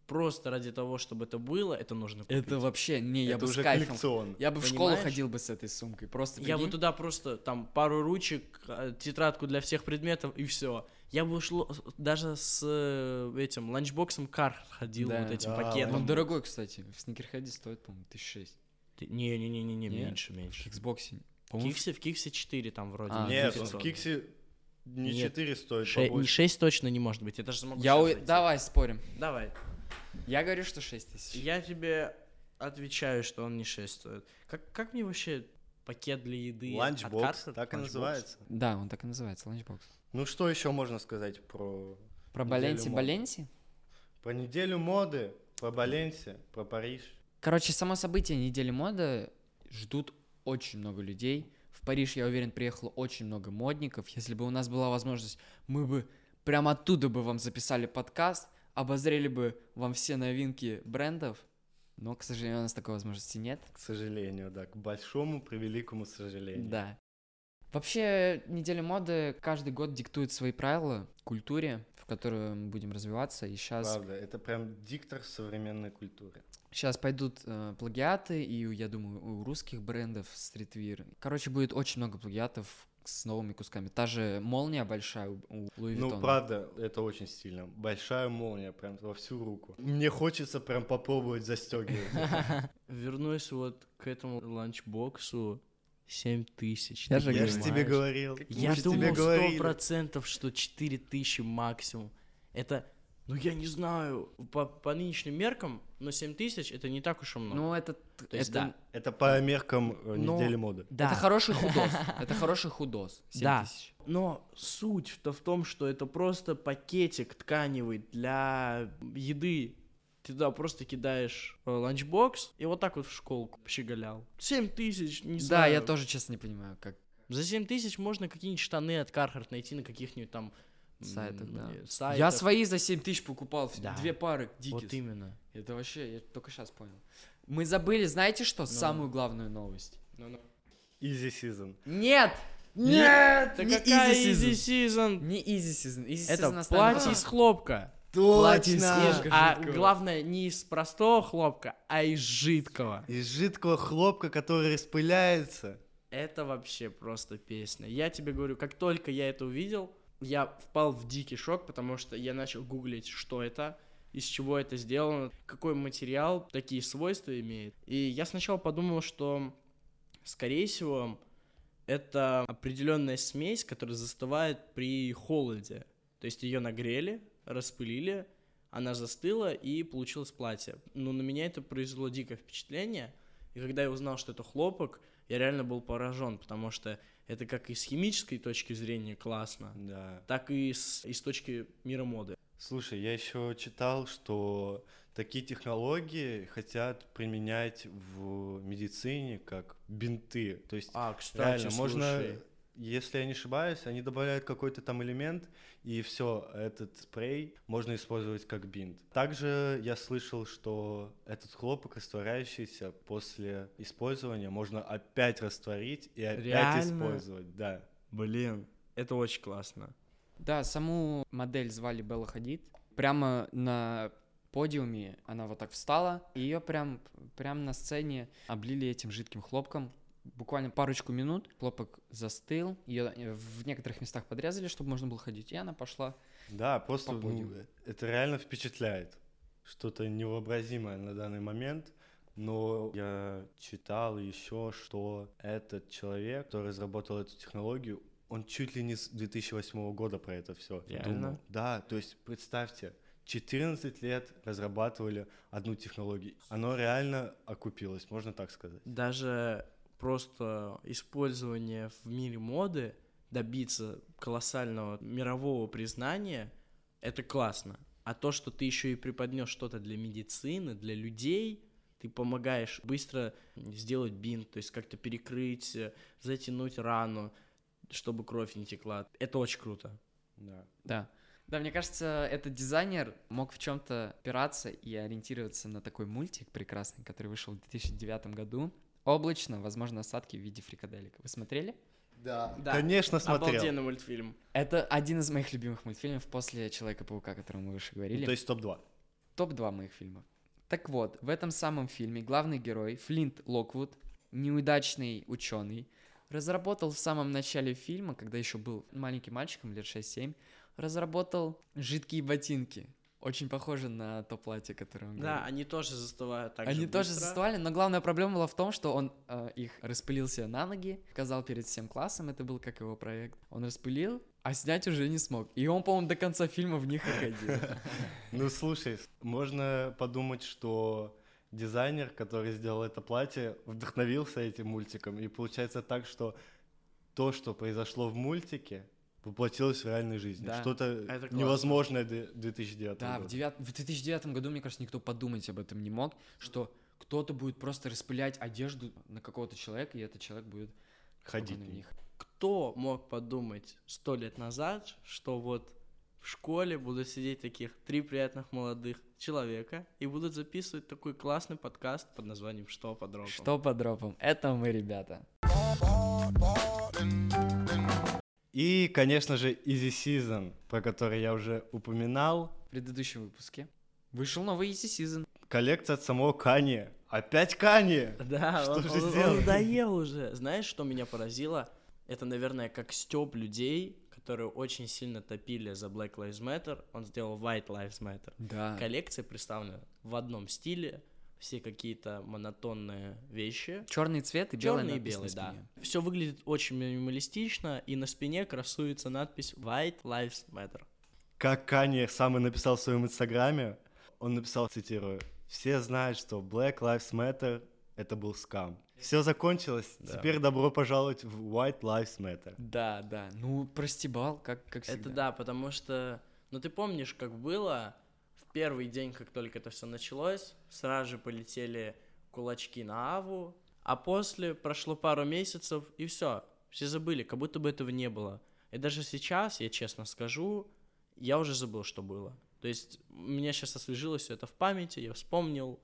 просто ради того, чтобы это было, это нужно купить.
Это вообще, не, я
это
бы с
уже
кайфом.
коллекцион.
Я бы в школу
Понимаешь?
ходил бы с этой сумкой, просто
Я бы
прикинь.
туда просто там пару ручек, э, тетрадку для всех предметов и все. Я бы ушло даже с э, этим ланчбоксом кар ходил
Да.
вот этим
Да,
Он
пакетом.
дорогой, кстати. В сникерхеде стоит, по-моему, тысяч шесть.
Ты- Не-не-не-не,
Не?
меньше,
В
меньше.
Xbox.
В
По-моему,
Киксе, в Киксе 4 там вроде.
А,
Нет,
900.
он в Киксе не
Нет.
4 стоит,
Ше- не
побольше.
6 точно не может быть, это же смогу
я
щас
у-
найти.
Давай, спорим.
Давай.
Я говорю, что шесть тысяч.
Я тебе отвечаю, что он не 6 стоит. Как, как мне вообще пакет для еды? от
Ланчбокс,
Carhartt?
так и
Lunchbox?
называется.
Да, он так и называется, ланчбокс.
Ну что еще можно сказать про
Про
Неделю
Баленси,
моды.
Баленси?
про неделю моды, про Баленси, про Париж?
Короче, само событие недели моды ждут очень много людей. В Париж, я уверен, приехало очень много модников. Если бы у нас была возможность, мы бы Прям оттуда бы вам записали подкаст, обозрели бы вам все новинки брендов. Но, к сожалению, у нас такой возможности нет.
К сожалению, да, к большому, превеликому сожалению.
Да. Вообще, неделя моды каждый год диктует свои правила культуре, в которую мы будем развиваться. И сейчас,
Правда, это прям диктор современной культуры.
сейчас пойдут э, плагиаты, и, я думаю, у русских брендов стритвир. Короче, будет очень много плагиатов с новыми кусками. Та же молния большая у, у Луи
Ну,
Виттона.
правда, это очень стильно. Большая молния, прям во всю руку. Мне хочется прям попробовать застегивать.
*laughs* Вернусь вот к этому ланчбоксу. 7 тысяч.
Я
ты
же
Я же тебе
понимаешь?
говорил.
Я
мы же тебе
думал сто
говорили.
процентов, что 4 тысячи максимум. Это, ну я не знаю, по, по нынешним меркам, но 7 тысяч это не так уж и много.
Ну, это...
То есть
это-
да.
Это по меркам э,
Но-
недели моды.
да.
Это
*laughs*
хороший худос. Это хороший худос. Семь
Да.
тысяч.
Но суть-то в том, что это просто пакетик тканевый для еды. Ты туда просто кидаешь э, ланчбокс и вот так вот в школку щеголял. 7 тысяч, не
Да,
знаю.
я тоже, честно, не понимаю, как...
За 7 тысяч можно какие-нибудь штаны от Carhartt найти на каких-нибудь там... м,
Сайтах, да.
э, сайтах.
Я свои за 7 тысяч покупал. в-
Да.
Две пары
Вот
диких.
именно.
Это вообще, я только сейчас понял. Мы забыли, знаете
Ну.
что? Самую главную новость.
Easy season.
Нет!
Нет!
Не
Да какая
easy
easy season?
Не Easy Season. Easy Season
Это
оставим
платье
вам.
из хлопка.
Платье из
Точно!
снежка.
А
жидкого.
главное, не из простого хлопка, а из жидкого.
Из жидкого хлопка, который распыляется.
Это вообще просто песня. Я тебе говорю, как только я это увидел, я впал в дикий шок, потому что я начал гуглить, что это, из чего это сделано, какой материал такие свойства имеет. И я сначала подумал, что, скорее всего, это определенная смесь, которая застывает при холоде. То есть ее нагрели, распылили, она застыла и получилось платье. Но на меня это произвело дикое впечатление. И когда я узнал, что это хлопок, я реально был поражен, потому что это как и с химической точки зрения классно,
Да.
так и с, и с точки мира моды.
Слушай, я еще читал, что такие технологии хотят применять в медицине как бинты. То есть
А,
реально можно, если я не ошибаюсь, они добавляют какой-то там элемент, и все, этот спрей можно использовать как бинт. Также я слышал, что этот хлопок, растворяющийся после использования, можно опять растворить и опять
Реально?
использовать. Да.
Блин, это очень классно.
Да, саму модель звали Белла Хадид. Прямо на подиуме она вот так встала, и ее прям, прям на сцене облили этим жидким хлопком. Буквально парочку минут хлопок застыл, ее в некоторых местах подрезали, чтобы можно было ходить, и она пошла.
Да, просто ну,
подиуму.
это реально впечатляет. Что-то невообразимое на данный момент. Но я читал еще, что этот человек, который разработал эту технологию, он чуть ли не с 2008 года про это все
Реально?
думал. Да, то есть представьте, 14 лет разрабатывали одну технологию. Оно реально окупилось, можно так сказать.
Даже просто использование в мире моды, добиться колоссального мирового признания, это классно. А то, что ты еще и преподнес что-то для медицины, для людей, ты помогаешь быстро сделать бинт, то есть как-то перекрыть, э, затянуть рану, чтобы кровь не текла. Это очень круто.
Да.
Да. Да, мне кажется, этот дизайнер мог в чем-то опираться и ориентироваться на такой мультик прекрасный, который вышел в 2009 году. Облачно, возможно, осадки в виде фрикаделек. Вы смотрели?
Да.
Да.
Конечно, смотрел.
Обалденный мультфильм.
Это один из моих любимых мультфильмов после Человека-паука, о котором мы выше говорили.
Ну, То есть топ-2.
Топ-2 моих фильмов. Так вот, в этом самом фильме главный герой Флинт Локвуд, неудачный ученый, разработал в самом начале фильма, когда еще был маленьким мальчиком, лет 6-7, разработал жидкие ботинки. Очень похоже на то платье, которое он
Да,
говорит.
они тоже застывают так же
Они тоже
быстро.
застывали, но главная проблема была в том, что он э, их распылил себе на ноги, показал перед всем классом, это был как его проект. Он распылил, а снять уже не смог. И он, по-моему, до конца фильма в них и ходил.
*laughs*
Ну слушай, с- можно подумать, что дизайнер, который сделал это платье, вдохновился этим мультиком. И получается так, что то, что произошло в мультике, воплотилось в реальной жизни.
Да.
Что-то
Это классно.
невозможное д- 2009
Да, в,
года.
девят- в 2009 году, мне кажется, никто подумать об этом не мог, что кто-то будет просто распылять одежду на какого-то человека, и этот человек будет
Ходить
спокойно
в
в
них.
них.
кто мог подумать сто лет назад, что вот в школе будут сидеть таких три приятных молодых человека и будут записывать такой классный подкаст под названием «Что по дропам?».
Что по дропам? Это мы, ребята.
И, конечно же, Easy Season, про который я уже упоминал.
В предыдущем выпуске вышел новый Easy Season.
Коллекция от самого Кани. Опять Кани!
Да,
Что
он,
же
он- он
сделать?
надоел уже. Знаешь, что меня поразило? Это, наверное, как стёб людей, которые очень сильно топили за Black Lives Matter, он сделал White Lives Matter.
Да.
Коллекция представлена в одном стиле, все какие-то монотонные вещи.
Черный цвет и белый
Черный и белый, да.
да.
Все выглядит очень минималистично, и на спине красуется надпись White Lives Matter.
Как Кани сам и написал в своем инстаграме, он написал, цитирую, «Все знают, что Black Lives Matter — это был скам». Все закончилось,
Да.
теперь добро пожаловать в White Lives Matter.
Да, да. Ну, простебал, как, как всегда.
Это да, потому что, ну ты помнишь, как было в первый день, как только это все началось, сразу же полетели кулачки на Аву, а после прошло пару месяцев и все, все забыли, как будто бы этого не было. И даже сейчас, я честно скажу, я уже забыл, что было. То есть у меня сейчас освежилось все это в памяти, я вспомнил,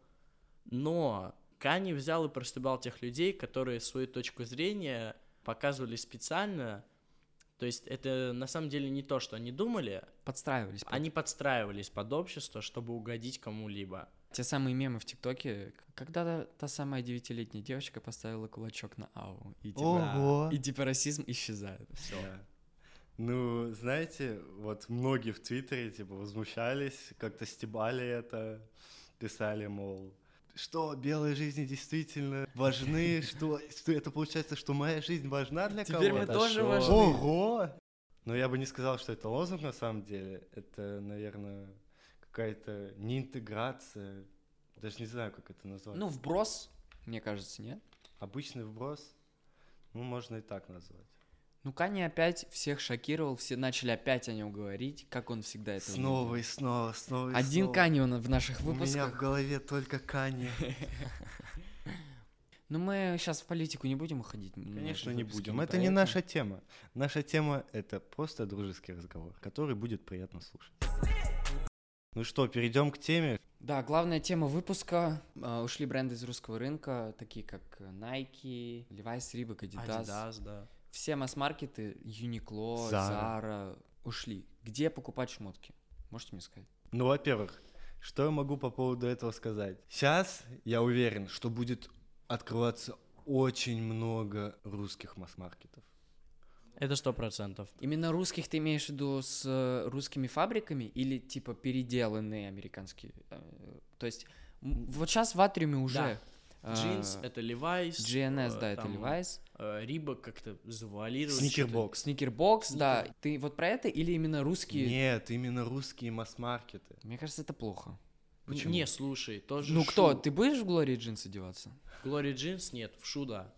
но Кани взял и простебал тех людей, которые свою точку зрения показывали специально. То есть это на самом деле не то, что они думали,
Подстраивались. под-
они подстраивались под общество, чтобы угодить кому-либо.
Те самые мемы в ТикТоке, к- когда та, та самая девятилетняя девочка поставила кулачок на ау. И типа,
Ого!
и типа расизм исчезает.
Да. Ну, знаете, вот многие в Твиттере, типа, возмущались, как-то стебали это, писали, мол, что белые жизни действительно важны, что, что это получается, что моя жизнь важна для
Теперь мы
кого-то.
тоже
шо?
важны.
Ого! Но Ну, я бы не сказал, что это лозунг на самом деле. Это, наверное, какая-то неинтеграция. Даже не знаю, как это назвать.
Ну, вброс, мне кажется, нет?
Обычный вброс. Ну, можно и так назвать.
Ну, Кани опять всех шокировал, все начали опять о нем говорить, как он всегда это
снова
любил.
и снова, снова и
Один
снова.
Кани он в наших
У меня
выпусках.
в голове только Кани.
Ну, мы сейчас в политику не будем уходить. м,
Конечно,
наши
не
выпуски
будем.
не
Это
про
не наша тема. Наша тема — это просто дружеский разговор, который будет приятно слушать. Ну что, перейдем к теме.
Да, главная тема выпуска. а, ушли бренды из русского рынка, такие как Nike, Levi's, Reebok, Adidas.
Adidas, да.
Все масс-маркеты, Uniqlo,
Zara.
Zara ушли. Где покупать шмотки? Можете мне сказать?
Ну, во-первых, что я могу по поводу этого сказать? Сейчас я уверен, что будет открываться очень много русских масс-маркетов.
Это сто процентов.
Именно русских ты имеешь в виду с э, русскими фабриками или типа переделанные американские? э, То есть м, вот сейчас в Атриуме уже... э,
Джинс — это Levi's.
GNS,
э,
да, это
там,
Levi's.
э, Reebok как-то завуалировали.
Сникербокс.
Сникербокс, да. Ты вот про это или именно русские?
Нет, именно русские масс-маркеты.
Мне кажется, это плохо.
Почему?
Не, слушай, тоже
ну кто,
Шу.
ты будешь в Глории джинсы одеваться?
Glory Jeans нет, в Шу, да.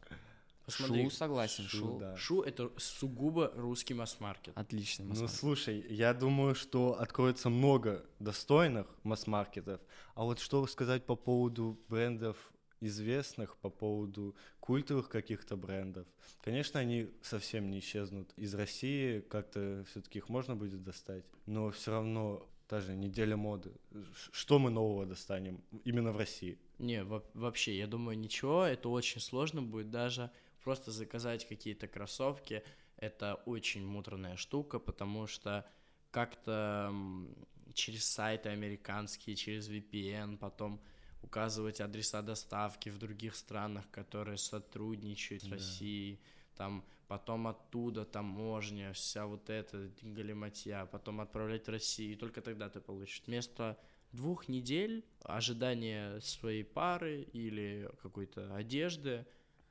Посмотри.
Шу, согласен, шу.
да.
Шу это сугубо русский масс-маркет.
Отлично,
Ну
масс-маркет.
слушай, я думаю, что откроется много достойных масс-маркетов. А вот что сказать по поводу брендов известных, по поводу культовых каких-то брендов. Конечно, они совсем не исчезнут из России, как-то все-таки их можно будет достать, но все равно та же неделя моды. Ш- Что мы нового достанем именно в России?
Не, во- вообще, я думаю, ничего, это очень сложно будет даже просто заказать какие-то кроссовки. Это очень муторная штука, потому что как-то м, через сайты американские, через VPN, потом указывать адреса доставки в других странах, которые сотрудничают с
Да.
Россией, там потом оттуда таможня, вся вот эта галиматья, потом отправлять в Россию, и только тогда ты получишь. Вместо двух недель ожидания своей пары или какой-то одежды,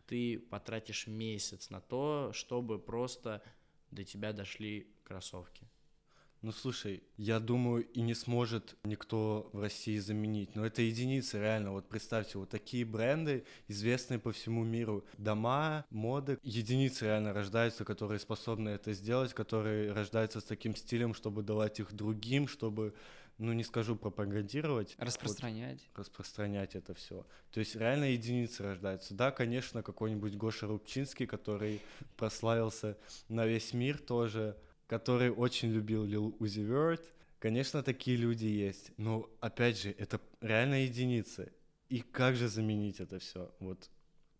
ты потратишь месяц на то, чтобы просто до тебя дошли кроссовки.
Ну слушай, я думаю, и не сможет никто в России заменить. Но это единицы, реально. Вот представьте, вот такие бренды, известные по всему миру. Дома, моды. Единицы реально рождаются, которые способны это сделать, которые рождаются с таким стилем, чтобы давать их другим, чтобы, ну не скажу пропагандировать. вот
Распространять.
распространять это все. То есть реально единицы рождаются. Да, конечно, какой-нибудь Гоша Рубчинский, который прославился на весь мир тоже. который очень любил Лил Узи Верт. Конечно, такие люди есть, но опять же, это реально единицы. И как же заменить это все? Вот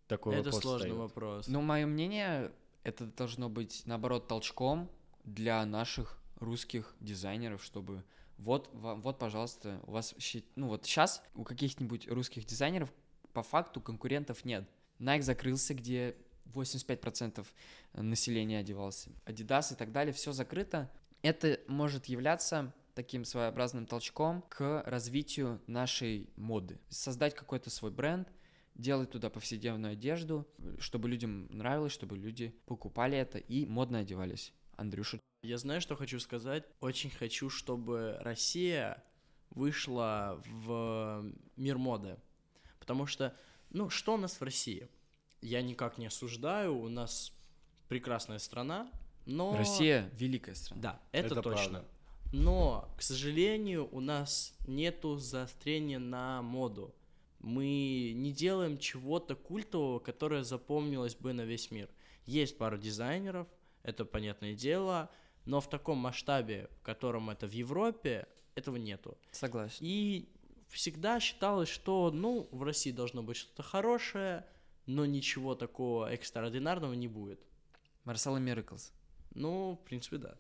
такой
Это
вопрос.
сложный
встаёт.
вопрос.
Но мое Ну, мнение, это должно быть, наоборот, толчком для наших русских дизайнеров, чтобы вот, ва- вот, пожалуйста, у вас, щи- ну вот сейчас у каких-нибудь русских дизайнеров по факту конкурентов нет. Nike закрылся, где 85% населения одевался. Adidas и так далее, все закрыто. Это может являться таким своеобразным толчком к развитию нашей моды. Создать какой-то свой бренд, делать туда повседневную одежду, чтобы людям нравилось, чтобы люди покупали это и модно одевались. Андрюша.
Я знаю, что хочу сказать. Очень хочу, чтобы Россия вышла в мир моды. Потому что, ну, что у нас в России? Я никак не осуждаю, у нас прекрасная страна, но...
Россия великая страна.
Да, это,
Это
точно.
правда.
Но, к сожалению, у нас нету заострения на моду. Мы не делаем чего-то культового, которое запомнилось бы на весь мир. Есть пару дизайнеров, это понятное дело, но в таком масштабе, в котором это в Европе, этого нету.
Согласен.
И всегда считалось, что, ну, в России должно быть что-то хорошее, но ничего такого экстраординарного не будет.
Марсала Мираклс.
Ну, в принципе, да.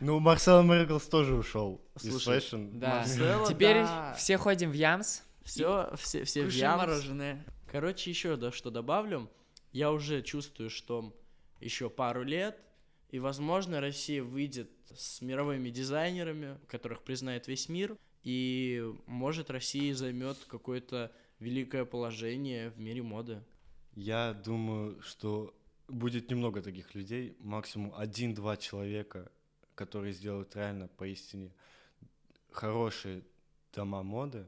Ну, Марсел Мэриклс тоже ушел из
Слушай,
фэшн.
Да.
Марсела,
Теперь
да.
все ходим в Ямс,
Все, все, все в
кушаем
ямс.
мороженое.
Короче, еще да, что добавлю. Я уже чувствую, что еще пару лет, и, возможно, Россия выйдет с мировыми дизайнерами, которых признает весь мир, и, может, Россия займет какое-то великое положение в мире моды.
Я думаю, что будет немного таких людей, максимум один-два человека, которые сделают реально поистине хорошие дома моды,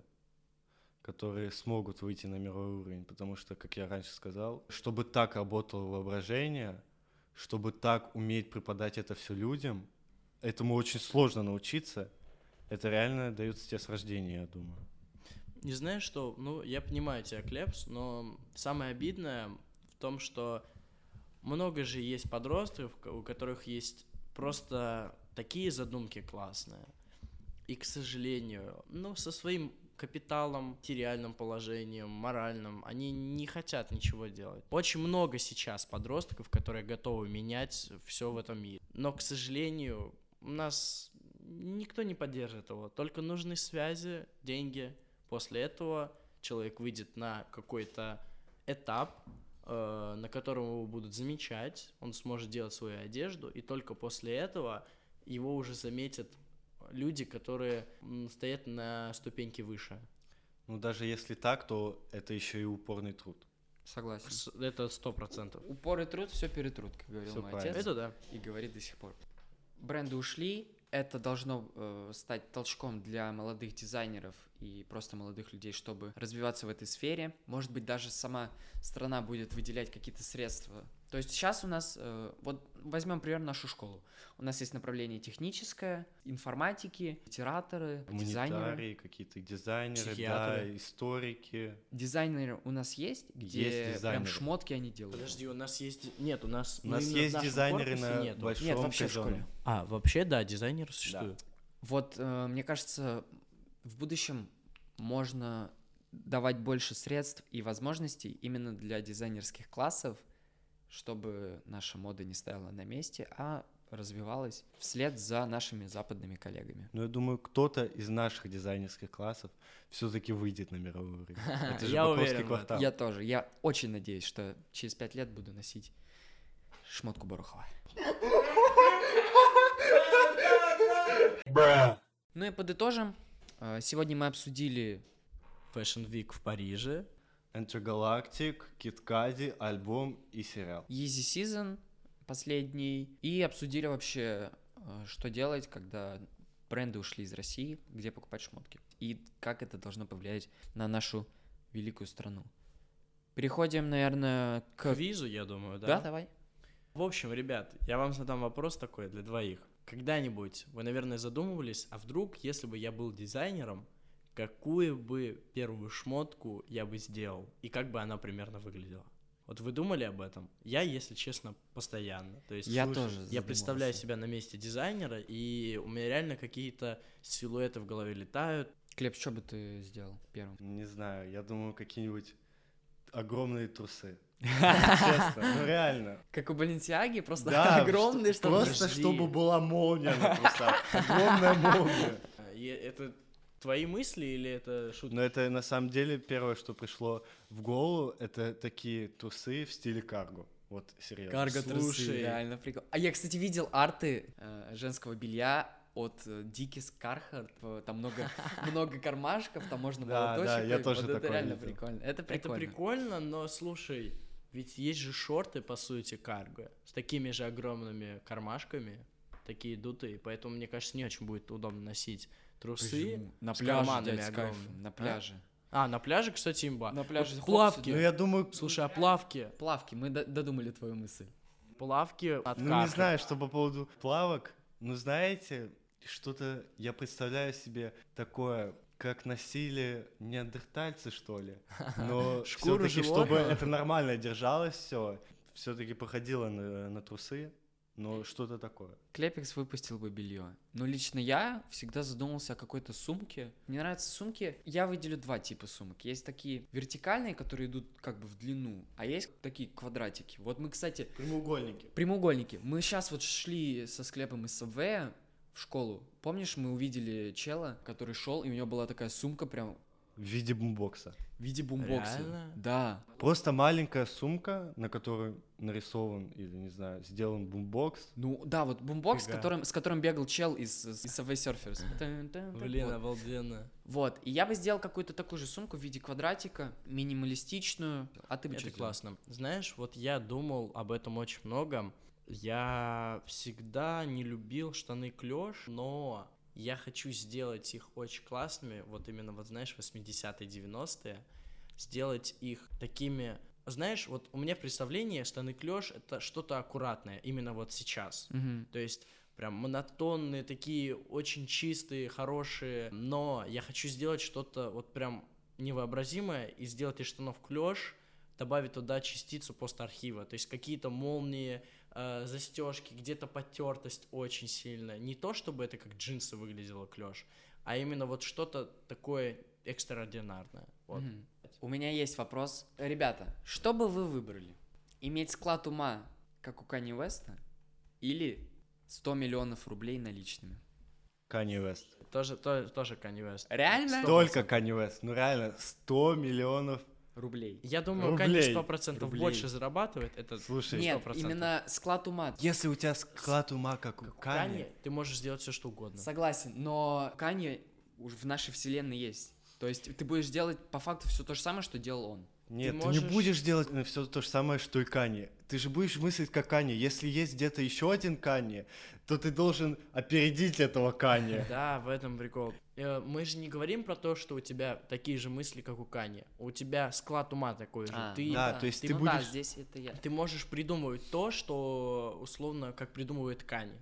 которые смогут выйти на мировой уровень, потому что, как я раньше сказал, чтобы так работало воображение, чтобы так уметь преподать это все людям, этому очень сложно научиться. Это реально дается тебе с рождения, я думаю.
Не знаю, что... Ну, я понимаю тебя, Клепс, но самое обидное в том, что много же есть подростков, ко- у которых есть просто такие задумки классные. И, к сожалению, ну, со своим капиталом, материальным положением, моральным, они не хотят ничего делать. Очень много сейчас подростков, которые готовы менять все в этом мире. Но, к сожалению, у нас никто не поддержит его. Только нужны связи, деньги, После этого человек выйдет на какой-то этап, э, на котором его будут замечать, он сможет делать свою одежду, и только после этого его уже заметят люди, которые м, стоят на ступеньке выше.
Ну, даже если так, то это еще и упорный труд.
Согласен.
С- Это сто процентов.
Упор и труд, все перетрут, как говорил
Всё
мой
правильно.
отец.
Это да.
и говорит до сих пор. Бренды ушли, это должно э, стать толчком для молодых дизайнеров и просто молодых людей, чтобы развиваться в этой сфере. Может быть, даже сама страна будет выделять какие-то средства. То есть сейчас у нас, э, вот возьмем пример нашу школу. У нас есть направление техническое, информатики, литераторы, дизайнеры.
Гуманитарии, какие-то дизайнеры,
Психиатры.
да, историки.
Дизайнеры у нас есть, где
Есть
прям
дизайнеры.
шмотки они делают.
Подожди, у нас есть... Нет, у нас...
У нас есть дизайнеры на большом
Нет, вообще в
казённом.
школе.
А, вообще, да, дизайнеры существуют.
Вот, э, мне кажется, в будущем можно давать больше средств и возможностей именно для дизайнерских классов, чтобы наша мода не стояла на месте, а развивалась вслед за нашими западными коллегами.
Но Ну, я думаю, кто-то из наших дизайнерских классов все-таки выйдет на мировой уровень. Это же
Я
Покровский
уверен в этом.
квартал.
Я тоже. Я очень надеюсь, что через пять лет буду носить шмотку Борохова. Ну и подытожим. Э, Сегодня мы обсудили
Fashion Week в Париже.
Intergalactic, Киткади, альбом и сериал.
Easy Season последний и обсудили вообще, э, что делать, когда бренды ушли из России, где покупать шмотки и как это должно повлиять на нашу великую страну. Переходим, наверное, к...
К визу, я думаю, да?
Да, давай.
В общем, ребят, я вам задам вопрос такой для двоих. Когда-нибудь вы, наверное, задумывались, а вдруг, если бы я был дизайнером, какую бы первую шмотку я бы сделал и как бы она примерно выглядела? Вот вы думали об этом? Я, если честно, постоянно. То есть
Я
слушай,
тоже.
я представляю
задумался.
себя на месте дизайнера, и у меня реально какие-то силуэты в голове летают.
Клеп, что бы ты сделал первым?
Не знаю, я думаю, какие-нибудь огромные трусы. Честно, ну реально.
Как у Балентиаги, просто
Да,
*laughs* огромный,
что-
чтобы...
Просто
Подожди.
чтобы была молния на трусах. Огромная молния.
А, и Это твои мысли или это шутка?
Но это на самом деле первое, что пришло в голову, это такие трусы в стиле карго. Вот серьезно.
Карго.
Слушай,
Слушай.
реально прикольно. А я, кстати, видел арты э, женского белья от э, Дикис Кархарт. Э, Там *laughs* много, много кармашков, там можно
Да,
молоточек.
да, я
и-
тоже
вот это
такое
реально
видел.
прикольно. Это
Это
прикольно.
прикольно, но слушай, ведь есть же шорты, по сути, карго, с такими же огромными кармашками, такие дутые, поэтому, мне кажется, не очень будет удобно носить трусы.
Почему? На
с
пляже,
карманами
дядь, с кайфом,
огромными.
на
А?
пляже.
А, на пляже, кстати, имба.
На пляже хочется,
Вот
Ну
плавки.
я думаю,
Слушай, а плавки?
Плавки, мы до- додумали твою мысль.
Плавки от
ну не
карго.
знаю, что по поводу плавок, ну знаете, что-то я представляю себе такое, как носили неандертальцы, что ли. Но
*laughs* Шкуру
все-таки, чтобы
животного.
это нормально держалось все, все-таки походило на, на трусы, но что-то такое.
Клепикс выпустил бы белье. Но лично я всегда задумывался о какой-то сумке. Мне нравятся сумки. Я выделю два типа сумок. Есть такие вертикальные, которые идут как бы в длину, а есть такие квадратики. Вот мы, кстати,
Прямоугольники.
прямоугольники. Мы сейчас вот шли со склепом из Subway в школу. Помнишь, мы увидели чела, который шел, и у него была такая сумка прям
В виде бумбокса.
в виде бумбокса.
Реально?
Да.
Просто маленькая сумка, на которой нарисован или, не знаю, сделан бумбокс.
Ну да, вот бумбокс, с
Фига.
которым, с которым бегал чел из, из Subway
*laughs*
Surfers.
Блин, а
Вот.
обалденно.
Вот, и я бы сделал какую-то такую же сумку в виде квадратика, минималистичную. А ты бы что
Это
сделал?
классно. Знаешь, вот я думал об этом очень много. Я всегда не любил штаны клеш, но я хочу сделать их очень классными. Вот именно, вот знаешь, 80-е, 90-е. Сделать их такими... Знаешь, вот у меня представление, штаны клеш это что-то аккуратное, именно вот сейчас.
Мгм.
То есть прям монотонные, такие очень чистые, хорошие. Но я хочу сделать что-то вот прям невообразимое и сделать из штанов клеш, добавить туда частицу посtarchiva, то есть какие-то молнии, э, застежки, где-то потертость очень сильно. Не то, чтобы это как джинсы выглядело клеш, а именно вот что-то такое экстраординарное. Вот.
Мгм. У меня есть вопрос. Ребята, что бы вы выбрали? Иметь склад ума, как у Кани Уэста, или 100 миллионов рублей наличными?
Канни Вест.
Тоже, тоже, тоже Kanye West.
Реально?
Только Канни Вест. Ну реально, 100 миллионов.
Рублей.
Я думаю, Kanye
Рублей.
100%
Рублей.
больше зарабатывает. Это
Слушай,
Нет,
100%.
именно склад ума.
если у тебя склад ума, как у
Kanye,
Кани,
ты можешь сделать все, что угодно.
Согласен, но Канье уж в нашей вселенной есть. То есть ты будешь делать по факту все то же самое, что делал он.
нет, ты,
можешь-
не будешь делать все то же самое, что и Кани. Ты же будешь мыслить как Кани. Если есть где-то еще один Кани, то ты должен опередить этого Кани.
Да, в этом прикол. Э, Мы же не говорим про то, что у тебя такие же мысли, как у Кани. У тебя склад ума такой же.
А,
ты,
ну
да, то есть ты
ну да,
будешь-
здесь это я.
ты можешь придумывать то, что условно как придумывает Кани.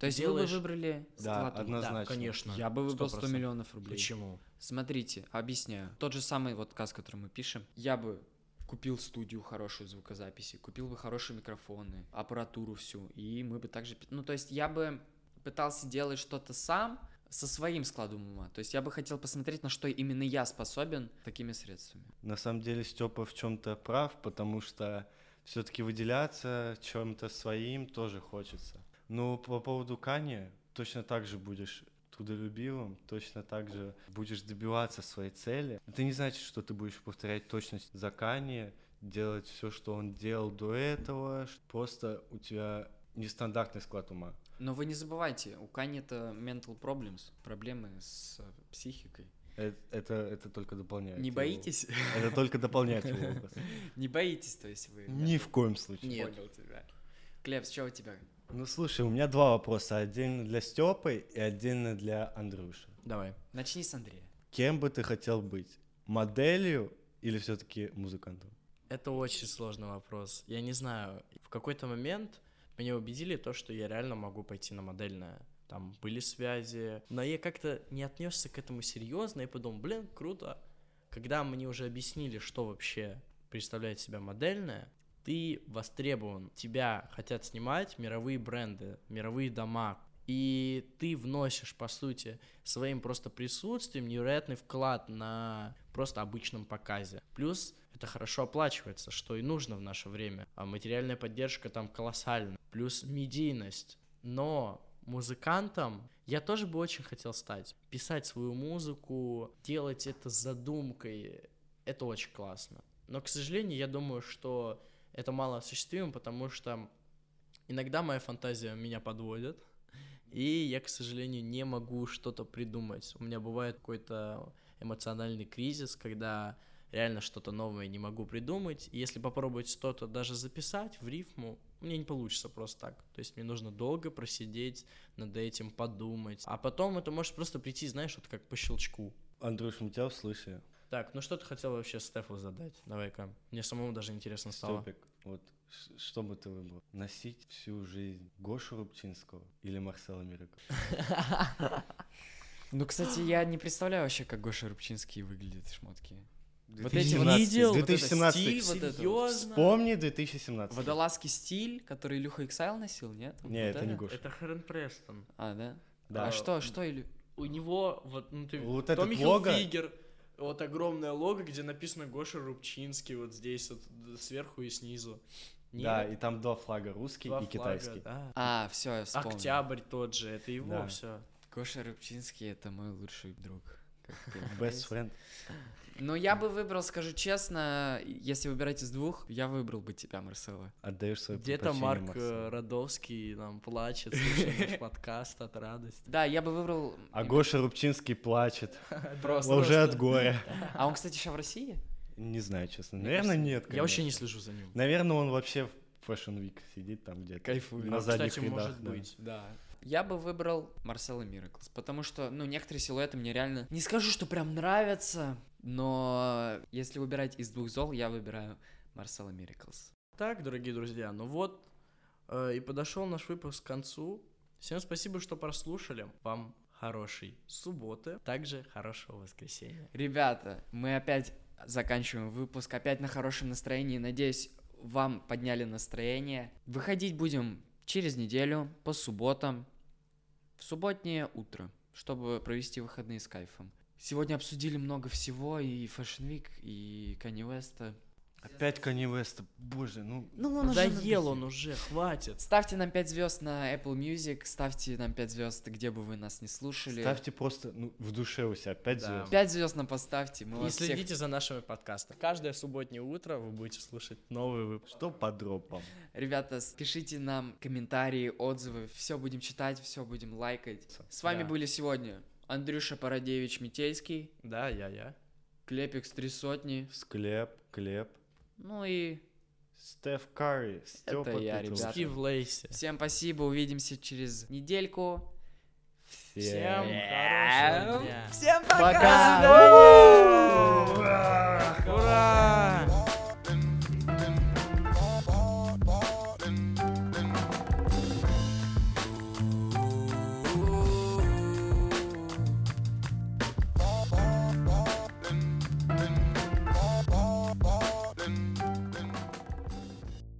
То есть
делаешь-
вы бы выбрали
Да,
склад ума?
однозначно.
Конечно.
Я бы выбрал 100
100%.
миллионов рублей.
Почему?
Смотрите, объясняю. Тот же самый вот каз, который мы пишем. Я бы купил студию хорошую звукозаписи, купил бы хорошие микрофоны, аппаратуру всю, и мы бы также... пи- Ну, то есть я бы пытался делать что-то сам со своим складом ума. То есть я бы хотел посмотреть, на что именно я способен такими средствами.
На самом деле Степа в чем-то прав, потому что все-таки выделяться чем-то своим тоже хочется. Но по поводу Кани точно так же будешь трудолюбивым, точно так же будешь добиваться своей цели. Это не значит, что ты будешь повторять точность за Кани, делать все, что он делал до этого. ш- Просто у тебя нестандартный склад ума.
Но вы не забывайте, у Кани это mental problems, проблемы с э, психикой.
Э- Это, это только дополняет.
не
его.
боитесь? *laughs*
Это только дополняет его образ.
не боитесь, то есть вы...
Ни в коем случае.
Нет.
Понял тебя. Клепс, что у тебя?
Ну слушай, у меня два вопроса. Отдельно для Степы и отдельно для Андрюши.
Давай.
Начни с Андрея.
Кем бы ты хотел быть? Моделью или все-таки музыкантом?
Это очень сложный вопрос. Я не знаю, в какой-то момент меня убедили то, что я реально могу пойти на модельное. Там были связи, но я как-то не отнесся к этому серьезно и подумал, блин, круто. Когда мне уже объяснили, что вообще представляет себя модельное, ты востребован. Тебя хотят снимать мировые бренды, мировые дома. И ты вносишь, по сути, своим просто присутствием невероятный вклад на просто обычном показе. Плюс это хорошо оплачивается, что и нужно в наше время. А материальная поддержка там колоссальна. Плюс медийность. Но музыкантом я тоже бы очень хотел стать. Писать свою музыку, делать это с задумкой, это очень классно. Но, к сожалению, я думаю, что это мало осуществимо, потому что иногда моя фантазия меня подводит, и я, к сожалению, не могу что-то придумать. У меня бывает какой-то эмоциональный кризис, когда реально что-то новое не могу придумать. И если попробовать что-то даже записать в рифму, мне не получится просто так. То есть мне нужно долго просидеть над этим, подумать. А потом это может просто прийти, знаешь, вот как по щелчку.
Андрюш, мы тебя услышали.
Так, ну что ты хотел вообще Стефу задать? Давай-ка. Мне самому даже интересно стало.
Стопик, вот ш- что бы ты выбрал? Носить всю жизнь Гошу Рубчинского или Марсела Мирика?
Ну, кстати, я не представляю вообще, как Гоша Рубчинский выглядит шмотки. Вот эти вот
2017.
видел, вот это
2017.
стиль, вот это вот.
Серьезно?
Вспомни 2017.
Водолазский стиль, который Илюха Иксайл носил, нет?
Не,
Вот
это не Гоша.
Это Хрен Престон.
А, да?
Да.
А что, что Илю...
У него вот, ну ты...
Вот
Томми
этот лого.
Хилфигер, вот огромное лого, где написано Гоша Рубчинский, вот здесь вот д- сверху и снизу. Нет,
Да, и там два флага, русский
два
и
флага,
китайский.
да.
А, все, я вспомнил.
Октябрь тот же, это его
Да.
все.
Гоша Рубчинский — это мой лучший друг. Как
*laughs*
это
Best
говорится.
friend.
Но я бы выбрал, скажу честно, если выбирать из двух, я выбрал бы тебя, Марсела.
Отдаешь свое
Где-то
предпочтение
Марк э,
Марселю.
Родовский нам плачет, слушает наш подкаст от радости.
Да, я бы выбрал...
А
именно-
Гоша Рубчинский плачет.
*laughs* Просто.
Уже от горя.
А он, кстати, еще в России?
Не знаю, честно.
Мне
Наверное,
кажется,
нет.
Я вообще не
конечно.
слежу за ним.
Наверное, он вообще в Fashion Week сидит там где-то.
Кайфую.
На
Ну,
задних
Кстати,
рядах,
может
да.
быть.
Да. Я бы выбрал Марсела Мираклс, потому что, ну, некоторые силуэты мне реально... Не скажу, что прям нравятся, но если выбирать из двух зол, я выбираю Марсела Мираклс.
Так, дорогие друзья, ну вот э, и подошел наш выпуск к концу. Всем спасибо, что прослушали. Вам хорошей субботы, также хорошего воскресенья.
Ребята, мы опять заканчиваем выпуск, опять на хорошем настроении. Надеюсь, вам подняли настроение. Выходить будем через неделю, по субботам, в субботнее утро, чтобы провести выходные с кайфом. Сегодня обсудили много всего, и Fashion Week, и Kanye West'а.
Опять Канни Веста. Боже, ну...
Ну,
Надоел он уже, *laughs* хватит.
Ставьте нам 5 звезд на Apple Music, ставьте нам 5 звезд, где бы вы нас не слушали.
Ставьте просто ну, в душе у себя 5
Да.
звезд.
5 звезд нам поставьте, мы
И
вас всех...
следите за нашими подкастами. Каждое субботнее утро вы будете слушать новый выпуск.
Что по дропам?
Ребята, с- пишите нам комментарии, отзывы, все будем читать, все будем лайкать. С вами
Да.
были сегодня Андрюша Парадевич Митейский,
Да, я, я.
Клепикс Три Сотни,
Склеп, Клеп,
ну и
Стеф Карри, Степа
я, ребята.
Стив Лейси.
всем спасибо, увидимся через недельку.
Всем
Всем.
хорошего дня.
Всем пока!
Ура!